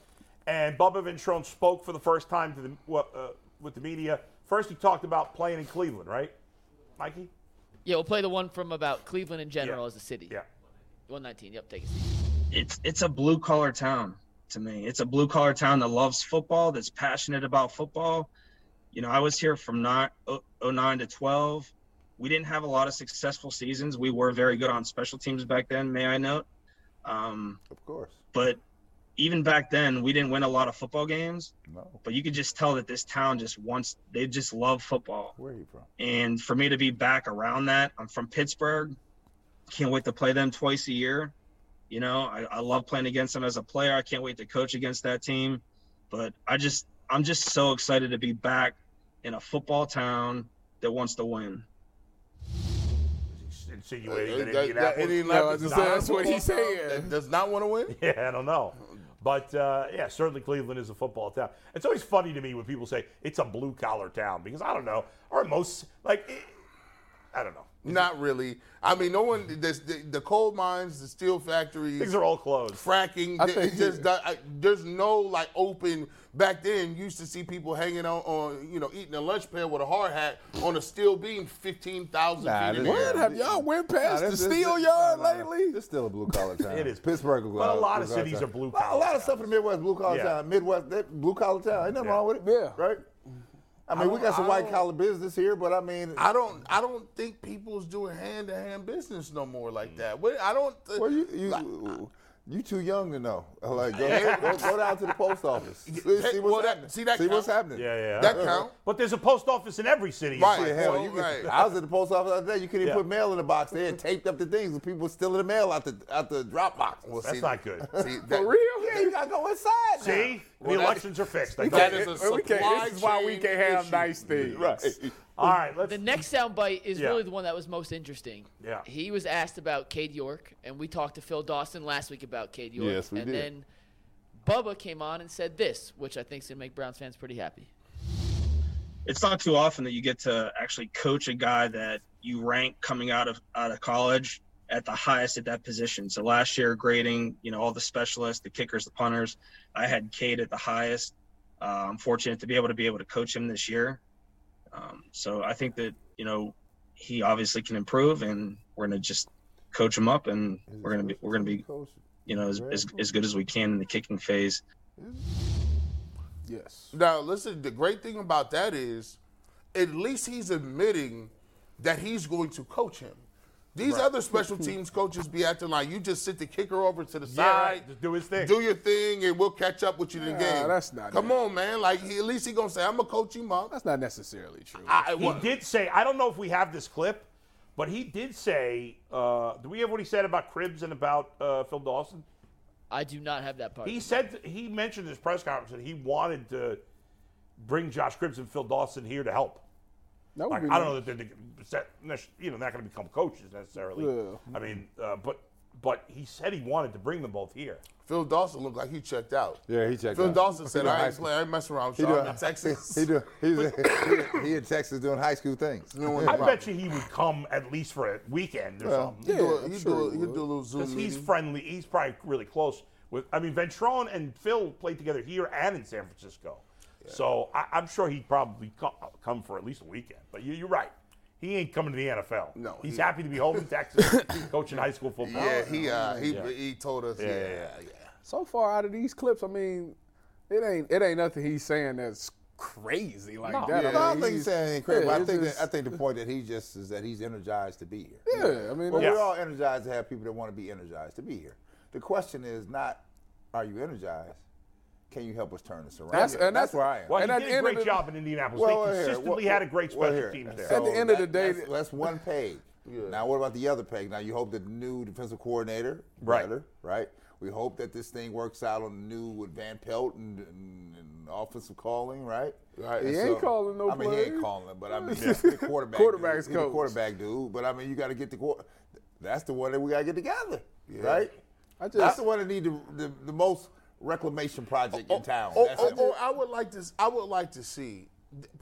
S2: And Bubba Ventrone spoke for the first time to the well, uh, with the media. First, he talked about playing in Cleveland, right, Mikey?
S7: Yeah, we'll play the one from about Cleveland in general
S2: Yeah.
S7: as a city.
S2: Yeah.
S7: 119. Yep, take a seat.
S9: it's it's a blue collar town to me. It's a blue collar town that loves football, that's passionate about football. You know, I was here from nine, oh- 09 to 12. We didn't have a lot of successful seasons. We were very good on special teams back then, may I note. Um,
S5: Of course.
S9: but even back then, we didn't win a lot of football games.
S5: No.
S9: But you could just tell that this town just wants, they just love football.
S5: Where are you from?
S9: And for me to be back around that, I'm from Pittsburgh. Can't wait to play them twice a year. You know, I, I love playing against them as a player. I can't wait to coach against that team. But I just, I'm just so excited to be back in a football town that wants to win.
S2: He's
S3: Uh,
S2: Insinuating that,
S3: that- that
S2: Indianapolis.
S3: Indianapolis
S6: No, I
S3: is
S6: just said
S3: not
S6: that's what he
S3: football
S6: said.
S3: town that Does not want to win.
S2: Yeah, I don't know. But uh, yeah, certainly Cleveland is a football town. It's always funny to me when people say it's a blue collar town because I don't know. Or most, like, it, I don't know.
S3: Not really. I mean, no one. The, the, the coal mines, the steel factories,
S2: Things are all closed.
S3: fracking.
S6: I
S3: th-
S6: think-
S3: it just do- I- there's no like open. Back then, you used to see people hanging out on, you know, eating a lunch pail with a hard hat on a steel beam, fifteen thousand
S5: Nah,
S3: feet. in
S5: this-
S3: the air.
S6: What have y'all went past
S5: Nah,
S6: the
S5: this- this-
S6: steel
S5: this-
S6: yard
S5: nah, nah, nah.
S6: lately?
S5: It's still a blue collar town.
S2: It is.
S5: Pittsburgh.
S2: But a lot of
S5: blue-collar
S2: cities
S5: town.
S2: are blue
S5: A lot
S2: collar
S5: of stuff in the Midwest, blue collar
S2: Yeah.
S5: town. Midwest, they, blue collar town. Ain't nothing
S2: Yeah.
S5: wrong with it.
S6: Yeah.
S5: Right. I mean, we got some white collar business here, but I mean,
S3: I don't. I don't think people's doing hand to hand business no more
S2: Mm.
S3: like that. What, I don't. th-
S5: well, you you you too young to know. Like, go, go, go down to the post office. See, see what's
S3: well, that-
S5: happening.
S3: see that
S5: see what's
S3: count?
S5: happening.
S2: Yeah, yeah.
S3: that count?
S2: But there's a post office in every city.
S3: Right.
S5: Shit,
S2: It's
S5: hell,
S3: Well,
S5: you can-
S3: right.
S5: I was at the post office the other day. You couldn't
S2: Yeah.
S5: even put mail in the box. They had taped up the things. and People were stealing the mail out the out the drop box.
S3: Well,
S2: That's
S3: see,
S2: not good.
S3: See, that,
S6: For real?
S5: Yeah, you gotta go inside. now.
S2: See?
S3: Well,
S2: the
S3: that-
S2: elections are fixed. I
S3: That
S2: told
S3: is
S2: you.
S3: a
S6: We
S3: supply
S6: can't, this is why we
S3: chain
S6: can't have
S3: issue.
S6: nice things.
S5: Right.
S2: All right, let's.
S7: The next soundbite is
S2: Yeah.
S7: really the one that was most interesting.
S2: Yeah.
S7: He was asked about Cade York, and we talked to Phil Dawson last week about Cade York.
S5: Yes, we
S7: and
S5: did.
S7: then Bubba came on and said this, which I think is going to make Browns fans pretty happy.
S9: it's not too often that you get to actually coach a guy that you rank coming out of out of college at the highest at that position. So last year grading, you know, all the specialists, the kickers, the punters, I had Cade at the highest. Uh, I'm fortunate to be able to be able to coach him this year. Um, so I think that you know he obviously can improve, and we're gonna just coach him up, and we're gonna be we're gonna be you know as as, as good as we can in the kicking phase.
S6: Yes.
S3: Now, listen, the great thing about that is at least he's admitting that he's going to coach him. These other special teams coaches be acting like you just sit the kicker over to the
S2: Yeah,
S3: side,
S2: right. Just do his thing.
S3: do your thing, and we'll catch up with you in the
S6: Nah,
S3: game.
S6: that's not
S3: Come
S6: it.
S3: on, man. Like he, at least he gonna say, "I'm gonna coach him up."
S6: That's not necessarily true.
S2: he
S3: I, well,
S2: did say, I don't know if we have this clip, but he did say, uh, do we have what he said about Cribs and about uh, Phil Dawson?
S7: I do not have that part.
S2: He said he mentioned in his press conference that he wanted to bring Josh Cribs and Phil Dawson here to help.
S6: That would
S2: Like,
S6: be
S2: I don't know that they're the- that- you know not going to become coaches necessarily.
S6: Yeah.
S2: I mean, uh, but but he said he wanted to bring them both here.
S3: Phil Dawson looked like he checked out.
S5: Yeah, he checked
S3: Phil
S5: out.
S3: Dawson said,
S5: He in
S3: "I
S5: high
S3: ain't
S5: school.
S3: playing. I ain't messing around.
S5: He
S3: With y'all.
S5: do-
S3: I'm in Texas."
S5: He do, he's he, he in Texas doing high school things.
S3: You know what
S2: I
S3: I'm saying?
S2: bet you he would come at least for a weekend or something.
S3: He'd do a-
S5: I'm
S3: he'd
S5: sure
S3: do a-
S5: he
S3: he'd
S5: would.
S3: do a little Zoom
S2: Because he's
S3: meeting.
S2: friendly. He's probably really close with. I mean, Ventron and Phil played together here and in San Francisco, so I, I'm sure he'd probably co- uh, come for at least a weekend. But you, you're right. He ain't coming to the NFL.
S3: No,
S2: he's
S3: he-
S2: happy to be home in Texas, coaching high school football.
S3: Yeah, he uh, he
S2: Yeah.
S3: he told us. Yeah, yeah, yeah.
S6: So far out of these clips, I mean, it ain't it ain't nothing he's saying that's crazy like that.
S5: Yeah,
S6: I
S5: I don't
S6: mean,
S5: think he's saying anything crazy.
S6: yeah,
S5: but I
S6: it's
S5: think
S6: just-
S5: that, I think the point that he just is that he's energized to be here.
S6: Yeah, I mean,
S5: well,
S2: Yeah.
S5: we're all energized to have people that want to be energized to be here. The question is not, are you energized? Can you help us turn this around?
S6: That's- and that's-
S5: where I am.
S2: Well,
S6: And at
S2: he
S6: the
S2: did a
S6: end of
S2: great
S6: the-
S2: job in Indianapolis.
S5: Well,
S2: they
S5: here,
S2: consistently
S5: well,
S2: had a great
S5: well,
S2: special
S5: here.
S2: teams there.
S5: So
S6: At the end of the day-
S5: that's, that's one page. Now, what about the other page? Now, you hope that the new defensive coordinator,
S2: Right.
S5: better, right? We hope that this thing works out on the new with Van Pelt and, and, and offensive calling, right?
S3: Right.
S5: And
S3: He
S6: ain't calling no
S5: I mean, he
S6: plays.
S5: ain't calling it, but I mean, he's the quarterback.
S6: Quarterback's
S5: dude. He's the
S6: coach.
S5: quarterback dude. But I mean, you got to get the quarter. That's the one that we got to get together, right?
S6: I just-
S5: that's the one that need the, the, the most reclamation project in town.
S3: Oh,
S5: That's
S3: oh,
S5: it.
S3: oh, I would like to. I would like to see.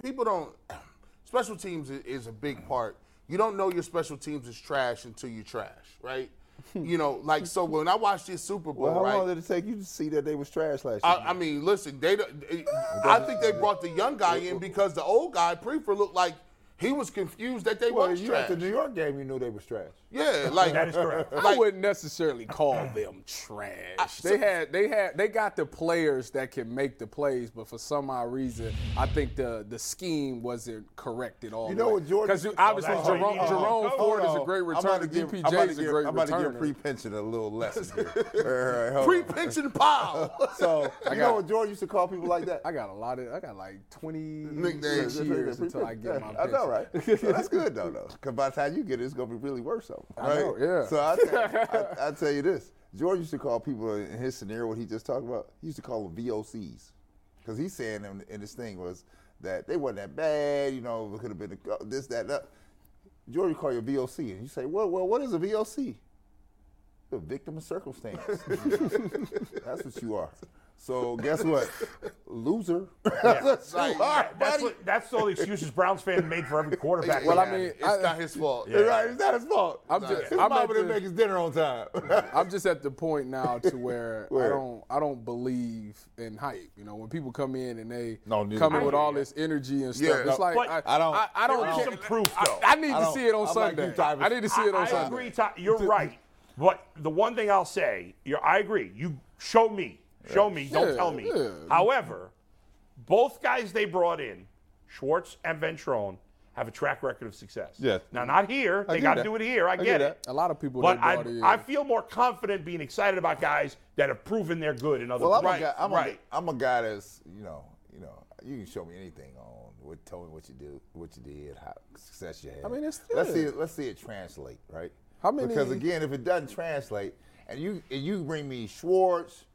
S3: People don't. Special teams i- is a big part. You don't know your special teams is trash until you trash, right? you know, like so. When I watched this Super Bowl,
S5: well, how
S3: right?
S5: long did it take you to see that they was trash last year?
S3: I, I mean, listen, they. don't- they- I think they brought the young guy in because the old guy Prefer looked like he was confused that they
S5: well,
S3: was
S5: you at
S3: trash.
S5: the New York game, you knew they was trash.
S3: yeah, like
S2: That is correct.
S6: I wouldn't necessarily call them trash. they had they had they got the players that can make the plays, but for some odd reason, I think the the scheme wasn't correct at all.
S5: You know what Jordan- Oh,
S6: Because obviously
S2: that's why you
S6: Jerome,
S2: need to
S6: Jerome
S2: go.
S6: Ford
S5: Uh-huh. Hold
S6: is a
S5: on.
S6: great
S5: I'm about
S6: returner.
S5: to give- I'm
S6: DPJ
S5: about to
S6: is a
S5: give-
S6: great
S5: I'm about to give
S6: returner.
S5: pre-pension a little lesson. here. All right, all right, hold on.
S3: pre-pension pile.
S5: So you
S6: got-
S5: know what Jordan used to call people like that?
S6: I got a lot of I got like twenty
S3: Nicknames.
S6: six years until I get my
S5: I know,
S6: pension.
S5: right? So that's good though, though. Because by the time you get it, it's gonna be really worse though. Right?
S6: know, yeah.
S5: So I tell, I, I tell you this: Jordan used to call people in his scenario what he just talked about. He used to call them VOCs, because he's saying in, in his thing was that they wasn't that bad. You know, it could have been a, uh, this, that, that. Jordan call you a VOC, and you say, well, well, what is a VOC? The victim of circumstance. That's what you are. So guess what? Loser. That's what
S3: Right.
S5: you are,
S2: That's
S5: buddy.
S2: what, that's all the excuses Browns fan made for every quarterback.
S6: Well,
S2: they
S6: I
S2: had.
S6: mean,
S3: it's
S6: I-
S3: not his fault.
S5: Right, it's not his fault.
S6: I'm just-
S5: his
S6: I'm
S5: mama
S6: at
S5: didn't
S6: the-
S5: make his dinner on time.
S6: I'm just at the point now to where I
S5: Where?
S6: don't I don't believe in hype. You know, when people come in and they
S5: No, neither
S6: come in
S5: do
S6: with
S5: I.
S6: all this energy and stuff,
S3: Yeah,
S6: it's
S3: no,
S6: like
S2: but-
S6: I,
S5: I don't-
S6: I, I don't.
S2: There is
S6: care.
S2: some proof, though.
S6: I, I need to
S5: don't-
S6: see it on
S5: I'm like
S6: Sunday.
S5: you, Tyvus.
S6: I need to see it on
S2: I, I
S6: Sunday.
S2: agree, Ty, you're right. But the one thing I'll say, you're, I agree. You show me, show me, don't
S6: Yeah,
S2: tell me.
S6: yeah.
S2: However, both guys they brought in, Schwartz and Ventrone, have a track record of success.
S5: Yes.
S2: Now, not here. they
S5: get
S2: got to
S5: that.
S2: do it here. I,
S5: I
S2: get,
S5: get
S2: it.
S6: A lot of people.
S2: But
S6: they
S2: I,
S6: brought in.
S2: I feel more confident being excited about guys that have proven they're good in other
S5: Well, I'm,
S2: right,
S5: a guy, I'm,
S2: right.
S5: a, I'm a guy that's you know, you know, you can show me anything on what, tell me what you do, what you did, how success you had. I
S6: mean, it's
S5: let's see,
S6: good.
S5: it, let's see it translate, right?
S6: How many-
S5: Because again, if it doesn't translate, and you and you bring me Schwartz,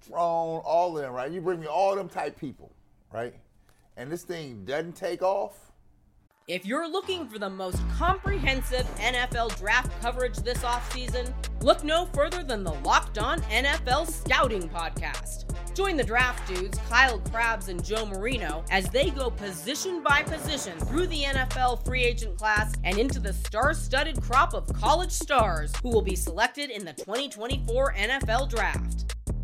S5: Patron, all of them, right? You bring me all them type people, right? And this thing doesn't take off.
S8: If you're looking for the most comprehensive NFL draft coverage this offseason, look no further than the Locked On NFL Scouting Podcast. Join the draft dudes, Kyle Krabs and Joe Marino, as they go position by position through the NFL free agent class and into the star studded crop of college stars who will be selected in the 2024 NFL Draft.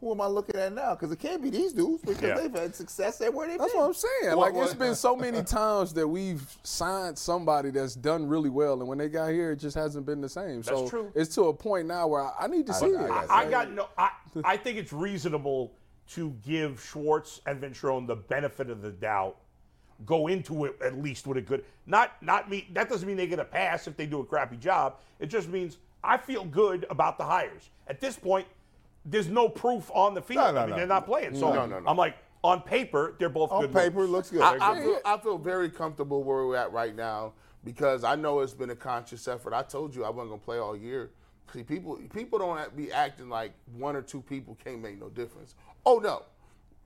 S5: Who am I looking at now? Because it can't be these dudes because
S2: Yeah.
S5: they've had success everywhere they've
S6: That's
S5: been.
S6: what I'm
S5: What-
S6: saying. like it's
S5: what-
S6: been so many times that we've signed somebody that's done really well, and when they got here, it just hasn't been the same. so
S2: true.
S6: it's to a point now where I, I need to see it.
S5: I-
S2: I got no. I, I think it's reasonable to give Schwartz and Ventrone the benefit of the doubt. Go into it at least with a good. Not not me. That doesn't mean they get a pass if they do a crappy job. It just means I feel good about the hires. At this point, there's no proof on the field.
S5: No, no,
S2: I mean,
S5: no.
S2: they're not playing. So
S3: No, no, no.
S2: I'm like, on paper, they're both
S5: On
S2: good.
S5: paper,
S2: moves.
S5: looks good.
S3: I,
S5: They're
S3: I
S5: good.
S3: feel, I feel very comfortable where we're at right now because I know it's been a conscious effort. I told you I wasn't gonna play all year See, people people don't act- be acting like one or two people can't make no difference. Oh no,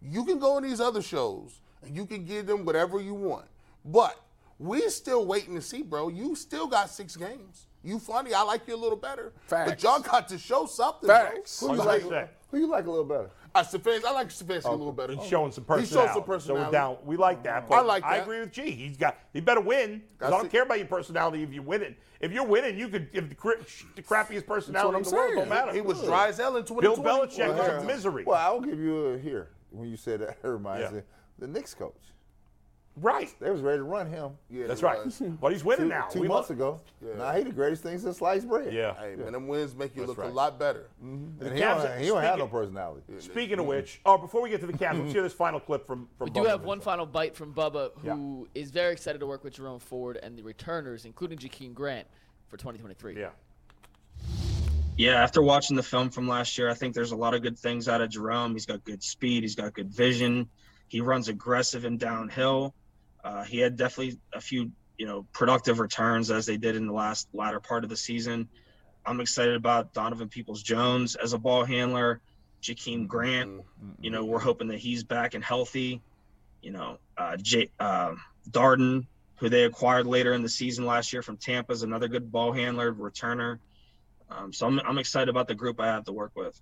S3: you can go on these other shows and you can give them whatever you want, but we still waiting to see, bro. You still got six games. You funny, I like you a little better, but
S6: Facts.
S3: y'all got to show something.
S6: Facts.
S3: Bro. Who you
S2: Hundred
S3: like?
S2: percent.
S5: Who you like a little better?
S3: Uh, Stefanski- I like Stefanski a little better.
S2: He's showing some
S3: He
S2: personality.
S3: showed some
S2: So we're
S3: personality.
S2: down. We like that. But
S3: I like
S2: I
S3: that.
S2: agree with G. He's got. He better win. 'cause I
S3: That's
S2: don't
S3: it.
S2: care about your personality if you're winning. If you're winning, you could. If the, cri- the crappiest personality in
S6: I'm
S2: the world don't
S6: saying.
S2: matter.
S3: He was dry as hell in
S2: Bill
S3: 2020.
S2: Belichick was
S5: hell.
S2: a misery.
S5: Well, I'll give you a here when you said that. It reminds
S2: Yeah.
S5: me. The Knicks coach.
S2: right.
S5: They was ready to run him
S3: Yeah,
S2: That's
S3: he
S2: right.
S3: was.
S2: But he's winning
S5: two,
S2: now.
S5: two
S2: We
S5: months
S2: love-
S5: ago. Now he the greatest thing since sliced bread.
S2: Yeah.
S3: Hey, man, them wins make you look a
S2: right.
S3: lot better.
S5: And he don't,
S2: Cavs-
S5: he don't have no
S2: speaking-
S5: personality.
S2: Speaking of which, oh, before we get to the Cavs, let's hear this final clip from from.
S8: We do
S2: Bubba.
S8: have one final bite from Bubba, who is very excited to work with Jerome Ford and the returners, including Jakeen Grant, for 2023.
S2: Yeah.
S10: Yeah, after watching the film from last year, I think there's a lot of good things out of Jerome. He's got good speed, he's got good vision, he runs aggressive and downhill. Uh, he had definitely a few, you know, productive returns as they did in the last latter part of the season. I'm excited about Donovan Peoples Jones as a ball handler, Jakeem Grant. You know, we're hoping that he's back and healthy. You know, uh, J- uh, Darden, who they acquired later in the season last year from Tampa, is another good ball handler, returner. Um, so I'm, I'm excited about the group I have to work with.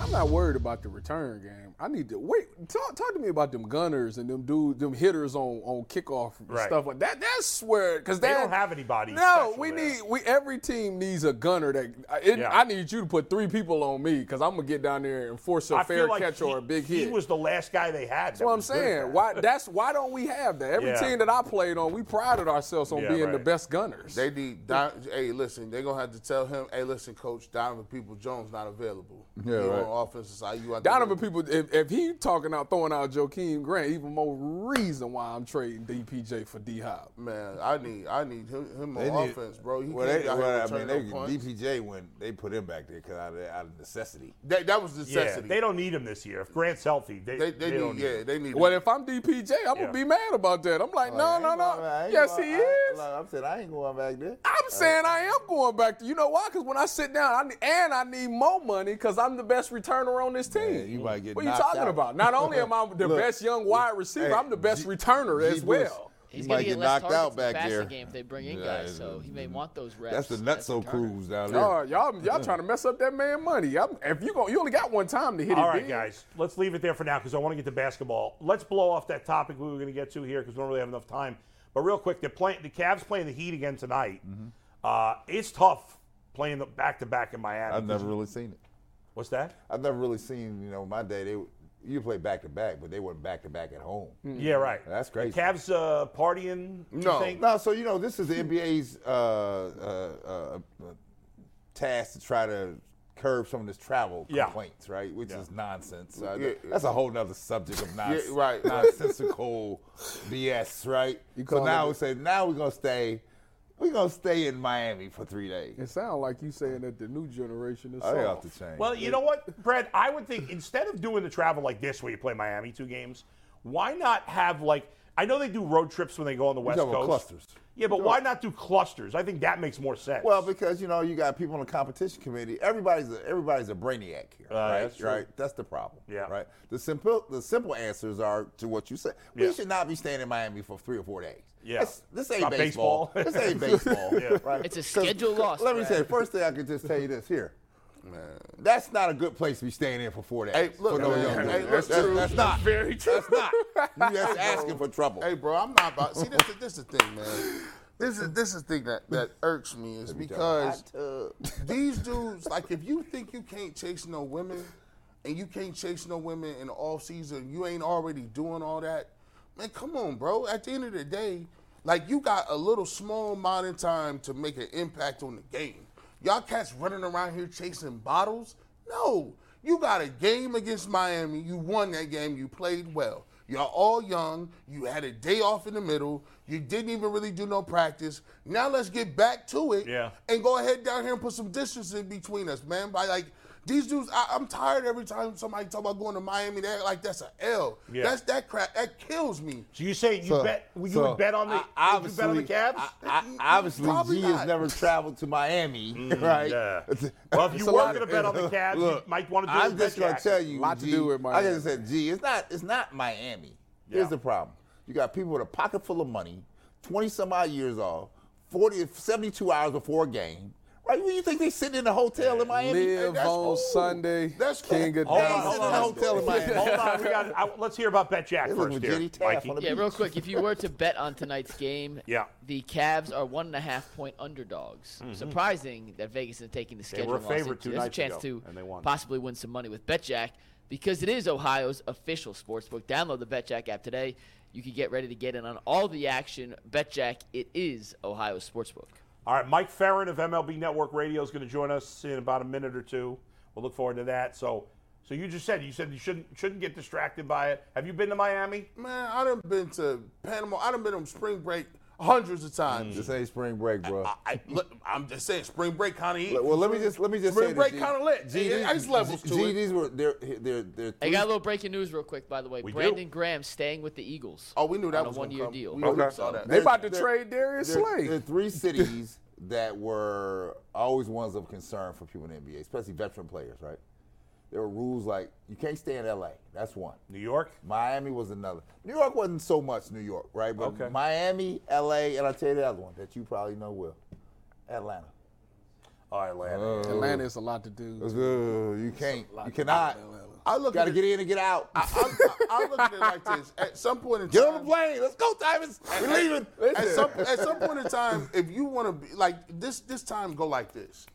S6: I'm not worried about the return game. I need to wait. Talk, talk to me about them gunners and them dudes, them hitters on on kickoff and
S2: Right.
S6: stuff like that. That's where because
S2: They don't have anybody.
S6: No,
S2: special
S6: we
S2: there.
S6: need we every team needs a gunner that I- it,
S2: Yeah.
S6: I need you to put three people on me because I'm gonna get down there and force a
S2: I feel
S6: fair
S2: like
S6: catch
S2: he,
S6: or a big
S2: he
S6: hit.
S2: was the last guy they had.
S6: that's what I'm saying. Why that's why don't we have that? Every
S2: Yeah.
S6: team that I played on, we prided ourselves on
S2: Yeah,
S6: being the
S2: right.
S6: best gunners.
S3: They need. Don, hey, listen, they're gonna have to tell him. Hey, listen, Coach Donovan People Jones not available.
S5: Yeah,
S3: you
S5: right.
S3: on offense is how you. out there.
S6: Donovan people, if, if he talking out throwing out Joakim Grant, even more reason why I'm trading DPJ for D Hop.
S2: Mm.
S3: Man, I need. I need him, him on
S5: They need-
S3: offense, bro. He
S5: Well,
S3: can't
S5: they,
S3: out here
S5: well I mean,
S3: returning
S5: they,
S3: no punts.
S5: DPJ when they put him back there because out, of- out of necessity.
S3: that, that was
S2: Yeah,
S3: necessity.
S2: they don't need him this year. If Grant's healthy, they
S3: They,
S2: they,
S3: they,
S2: don't
S3: need. Yeah, they need. Oh,
S6: Well, if I'm DPJ, I'm
S2: Yeah.
S6: gonna be mad about that. I'm like,
S5: I
S6: no,
S5: ain't
S6: no,
S5: going- I
S6: no.
S5: ain't
S6: Yes,
S5: going-
S6: he
S5: I-
S6: is.
S5: look, I'm saying I ain't going back there.
S6: I'm saying I am going back to you know why? Because when I sit down, I need, and I need more money because I'm the best returner on this team.
S5: Man, you might get
S6: what are you
S5: knocked
S6: talking
S5: out.
S6: about? Not only am I the
S5: Look,
S6: best young wide receiver,
S5: hey,
S6: I'm the best
S5: G-
S6: returner
S5: G
S6: as
S5: Bush,
S6: well.
S8: He's
S5: he
S8: going
S5: might
S8: to
S5: get
S8: get less
S5: knocked
S8: targets
S5: out
S8: in the
S5: back
S8: passing
S5: there.
S8: game if they bring in
S5: Yeah,
S8: guys,
S5: it-
S8: so he may want those reps.
S5: That's the
S8: as a
S5: nutso
S8: returner.
S5: cruise down there.
S6: Oh, y'all, y'all trying to mess up that man money. I'm, if you going you only got one time to hit
S2: All
S6: it.
S2: right,
S6: big.
S2: guys, let's leave it there for now because I want to get to basketball. Let's blow off that topic we were going to get to here because we don't really have enough time. But real quick, they're playing the Cavs playing the Heat again tonight.
S5: Mm-hmm.
S2: Uh, it's tough playing the back to back in Miami.
S5: I've never really seen it.
S2: What's that?
S5: I've never really seen, you know, my day, they you play back to back, but they weren't back to back at home.
S6: Mm-hmm.
S2: Yeah, right.
S5: That's crazy.
S2: The Cavs uh, partying. you
S3: No.
S2: think?
S5: No, so you know this is the NBA's uh, uh, uh, task to try to curb some of this travel
S2: Yeah.
S5: complaints, right? Which is nonsense. Uh,
S3: Yeah.
S5: That's a whole nother subject of nonsense,
S3: Yeah, right, right.
S5: nonsensical BS, right? So
S6: call
S5: now
S6: it-
S5: we say now we're gonna stay, we're gonna stay in Miami for three days. Oh,
S6: It sounds like you saying that the new generation is
S5: I have
S6: soft.
S5: to change.
S2: Well, you know what, Brad? I would think instead of doing the travel like this, where you play Miami two games, why not have like I know they do road trips when they go on the West
S5: talking about
S2: Coast.
S5: clusters.
S2: Yeah, but why not do clusters? I think that makes more sense.
S5: Well, because you know you got people on the competition committee. Everybody's a, everybody's a brainiac here, right?
S2: that's true.
S5: Right. That's the problem.
S2: Yeah.
S5: Right. The simple the simple answers are to what you said. We
S2: Yeah.
S5: should not be staying in Miami for three or four days.
S2: Yeah.
S5: That's- This ain't
S2: Not
S5: baseball.
S2: baseball.
S5: this ain't baseball.
S2: Yeah.
S5: Right.
S8: It's a
S5: 'Cause-
S8: schedule
S5: 'cause
S8: loss,
S5: Let me
S8: Brad.
S5: say first thing I can just tell you this here. That's not a good place to be staying in for four days.
S3: Hey, look,
S5: for no
S3: man.
S5: young
S3: Hey,
S5: man.
S3: look,
S5: that's, that's,
S3: true.
S5: that's not.
S3: Very true.
S5: That's not. You're just asking for trouble.
S3: Hey, bro, I'm not about. See, this is this is the thing, man. This is this is the thing that that irks me is because these dudes, like, if you think you can't chase no women, and you can't chase no women in the off season, you ain't already doing all that. Man, come on, bro. At the end of the day, like, you got a little small amount of time to make an impact on the game. Y'all cats running around here chasing bottles? No. You got a game against Miami. You won that game. You played well. Y'all all young. You had a day off in the middle. You didn't even really do no practice. Now let's get back to it
S2: Yeah.
S3: and go ahead down here and put some distance in between us, man. By like These dudes, I, I'm tired every time somebody talk about going to Miami. They act like that's an L.
S2: Yeah.
S3: That's that crap. That kills me.
S2: So you say you
S5: So-
S2: bet? You
S5: so
S2: would bet on the?
S5: I-
S2: would you bet on the Cavs? Mm,
S5: I, I, obviously,
S3: Probably
S5: G
S3: not.
S5: has never traveled to Miami, right?
S2: yeah. well, if you were going to bet on the Cavs,
S5: Look,
S2: you might want to do
S5: I'm
S2: is
S5: just
S2: bet
S5: gonna
S2: Jackson.
S5: tell you,
S6: Lot to
S5: G,
S6: do with
S5: I
S6: Miami.
S5: just said, G, it's not, it's not Miami.
S2: Yeah.
S5: Here's the problem: you got people with a pocket full of money, twenty some odd years old, 40, 72 hours before a game. Right? What do you think they sitting in a hotel in Miami?
S6: Live
S5: That's-
S6: on
S5: ooh.
S6: Sunday.
S3: That's
S6: King of
S3: cool.
S5: They
S6: Dallas.
S5: sitting in a hotel in Miami.
S2: Hold on, we got. I, let's hear about Bet Jack
S5: They look
S2: first
S5: with
S2: here,
S5: Jenny Taft
S2: Mikey.
S5: on the
S11: Yeah, real quick, if you were to bet on tonight's game,
S2: Yeah.
S11: the Cavs are one and a half point underdogs. Surprising that Vegas is taking the schedule.
S2: Mm-hmm. were a
S11: and lost
S2: favorite
S11: it.
S2: two
S11: There's
S2: nights
S11: a chance
S2: ago,
S11: to
S2: and they won.
S11: possibly win some money with BetJack because it is Ohio's official sports book. Download the BetJack app today. You can get ready to get in on all the action. BetJack, it is Ohio's sports book.
S2: All right, Mike Farron of MLB Network Radio is going to join us in about a minute or two. We'll look forward to that. So, so you just said you said you shouldn't shouldn't get distracted by it. Have you been to Miami?
S3: Man, I done been to Panama. I done been on spring break hundreds of times.
S5: This ain't spring break, bro.
S3: Mm. I, I, look, I'm just saying, spring break kind of.
S5: well, let me just let me just
S3: Spring
S5: say
S3: break
S5: this, G.
S3: kinda lit.
S5: G,
S3: It-
S5: these-
S3: ice levels
S5: G,
S3: to it.
S5: these were they're they're they're.
S11: I got a little breaking news, real quick, by the way.
S2: do.
S11: Brandon Graham staying with the Eagles.
S3: Oh, we knew that
S11: on
S3: was
S11: a
S3: gonna
S11: one-year
S3: come.
S11: deal.
S3: We knew-
S6: Okay.
S3: saw that.
S6: They about to
S5: They're-
S6: trade Darius
S5: There, there are
S6: Slay.
S5: three cities that were always ones of concern for people in the NBA, especially veteran players, right? There were rules like you can't stay in LA. That's one.
S2: New York?
S5: Miami was another. New York wasn't so much New York, right? But
S2: Okay.
S5: Miami, LA, and I'll tell you the other one that you probably know well Atlanta.
S2: Oh, Atlanta.
S6: Atlanta is a lot to do.
S5: Ugh, you can't. You cannot.
S3: I look
S5: Got to
S3: at
S5: get
S3: it.
S5: in and get out.
S3: I, I, I look at it like this. At some point in time,
S5: Get on the plane. Let's go, Diamonds. We're leaving.
S3: At some, at some point in time, if you want to be like this, this time go like this,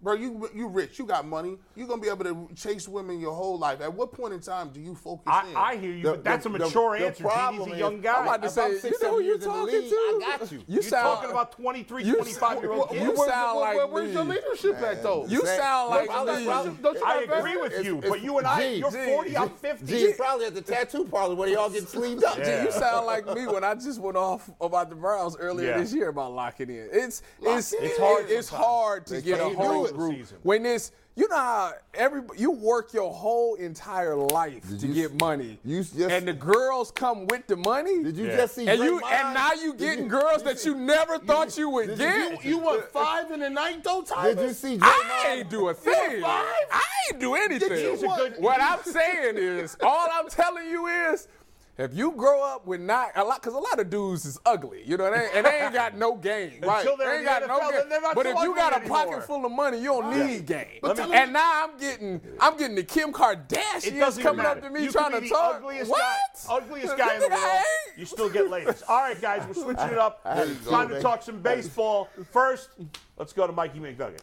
S3: bro. You you rich, you got money, you gonna be able to chase women your whole life. At what point in time do you focus
S2: I,
S3: in?
S2: I hear you,
S5: The-
S2: but that's
S5: the-
S2: a
S5: the-
S2: mature
S5: the
S2: answer. Gee, He's
S5: problem
S2: a
S5: is-
S2: young
S6: I'm
S2: guy.
S6: about to say,
S5: six,
S6: you know
S5: seven
S6: who you're
S5: years in the
S6: talking
S5: league,
S6: to?
S5: I got you.
S6: You
S2: You're
S6: sound
S2: talking about 23,
S6: you-
S2: 25 year old
S6: you
S2: kids.
S3: Where's-
S6: sound
S3: where-
S6: like
S3: where- where's your
S6: me.
S3: leadership at though?
S6: You
S5: Say-
S6: sound like
S5: Look,
S6: me.
S5: I-
S3: don't you
S2: I
S3: got
S2: agree
S3: veterans?
S2: with
S5: It's-
S2: you,
S5: it's-
S2: but you and I,
S5: G,
S2: you're
S5: G,
S2: 40, I'm
S5: G,
S2: 50.
S5: G, probably at the tattoo parlor where they all get sleeved up.
S6: Dude, You sound like me when I just went off about the Browns earlier
S2: Yeah.
S6: this year about locking in. It's it's
S3: Lock it
S6: it's
S3: in.
S6: hard. It's hard to
S5: They
S6: get a
S5: can't do
S6: whole
S5: it.
S6: group
S2: Season.
S6: when it's you know how every you work your whole entire life to
S5: you s-
S6: get money,
S5: you s- yes.
S6: and the girls come with the money.
S5: Did you
S2: Yeah.
S5: just see
S6: and you
S5: Draymond?
S6: and now you
S5: Did
S6: getting girls
S5: did
S6: that you never thought you would
S5: did
S6: get.
S3: You want five in the night though, Tyler?
S5: Did you see
S6: I
S5: Draymond?
S6: ain't do a thing. I ain't do anything. What I'm saying is, all I'm telling you is, if you grow up with not a lot, because a lot of dudes is ugly, you know, they, and they ain't got no game, right?
S2: Until they're
S6: they
S2: in
S6: ain't
S2: the
S6: got
S2: NFL,
S6: no game.
S2: then they're not
S6: But
S2: so
S6: if you
S2: ugly
S6: got a
S2: anymore.
S6: pocket full of money, you don't need game.
S3: But tell me-
S6: and now I'm getting, I'm getting the Kim
S2: It
S6: Kardashians
S2: doesn't
S6: coming
S2: matter.
S6: up to me
S2: you
S6: trying
S2: could
S6: to
S2: be
S6: talk.
S2: The ugliest
S6: what?
S2: guy, ugliest guy in the
S6: Nigga, I
S2: world.
S6: ain't-
S2: You still get ladies. All right, guys, we're switching it up.
S5: There you
S2: Time
S5: go,
S2: to
S5: man.
S2: talk some baseball. First, let's go to Mikey McNuggets.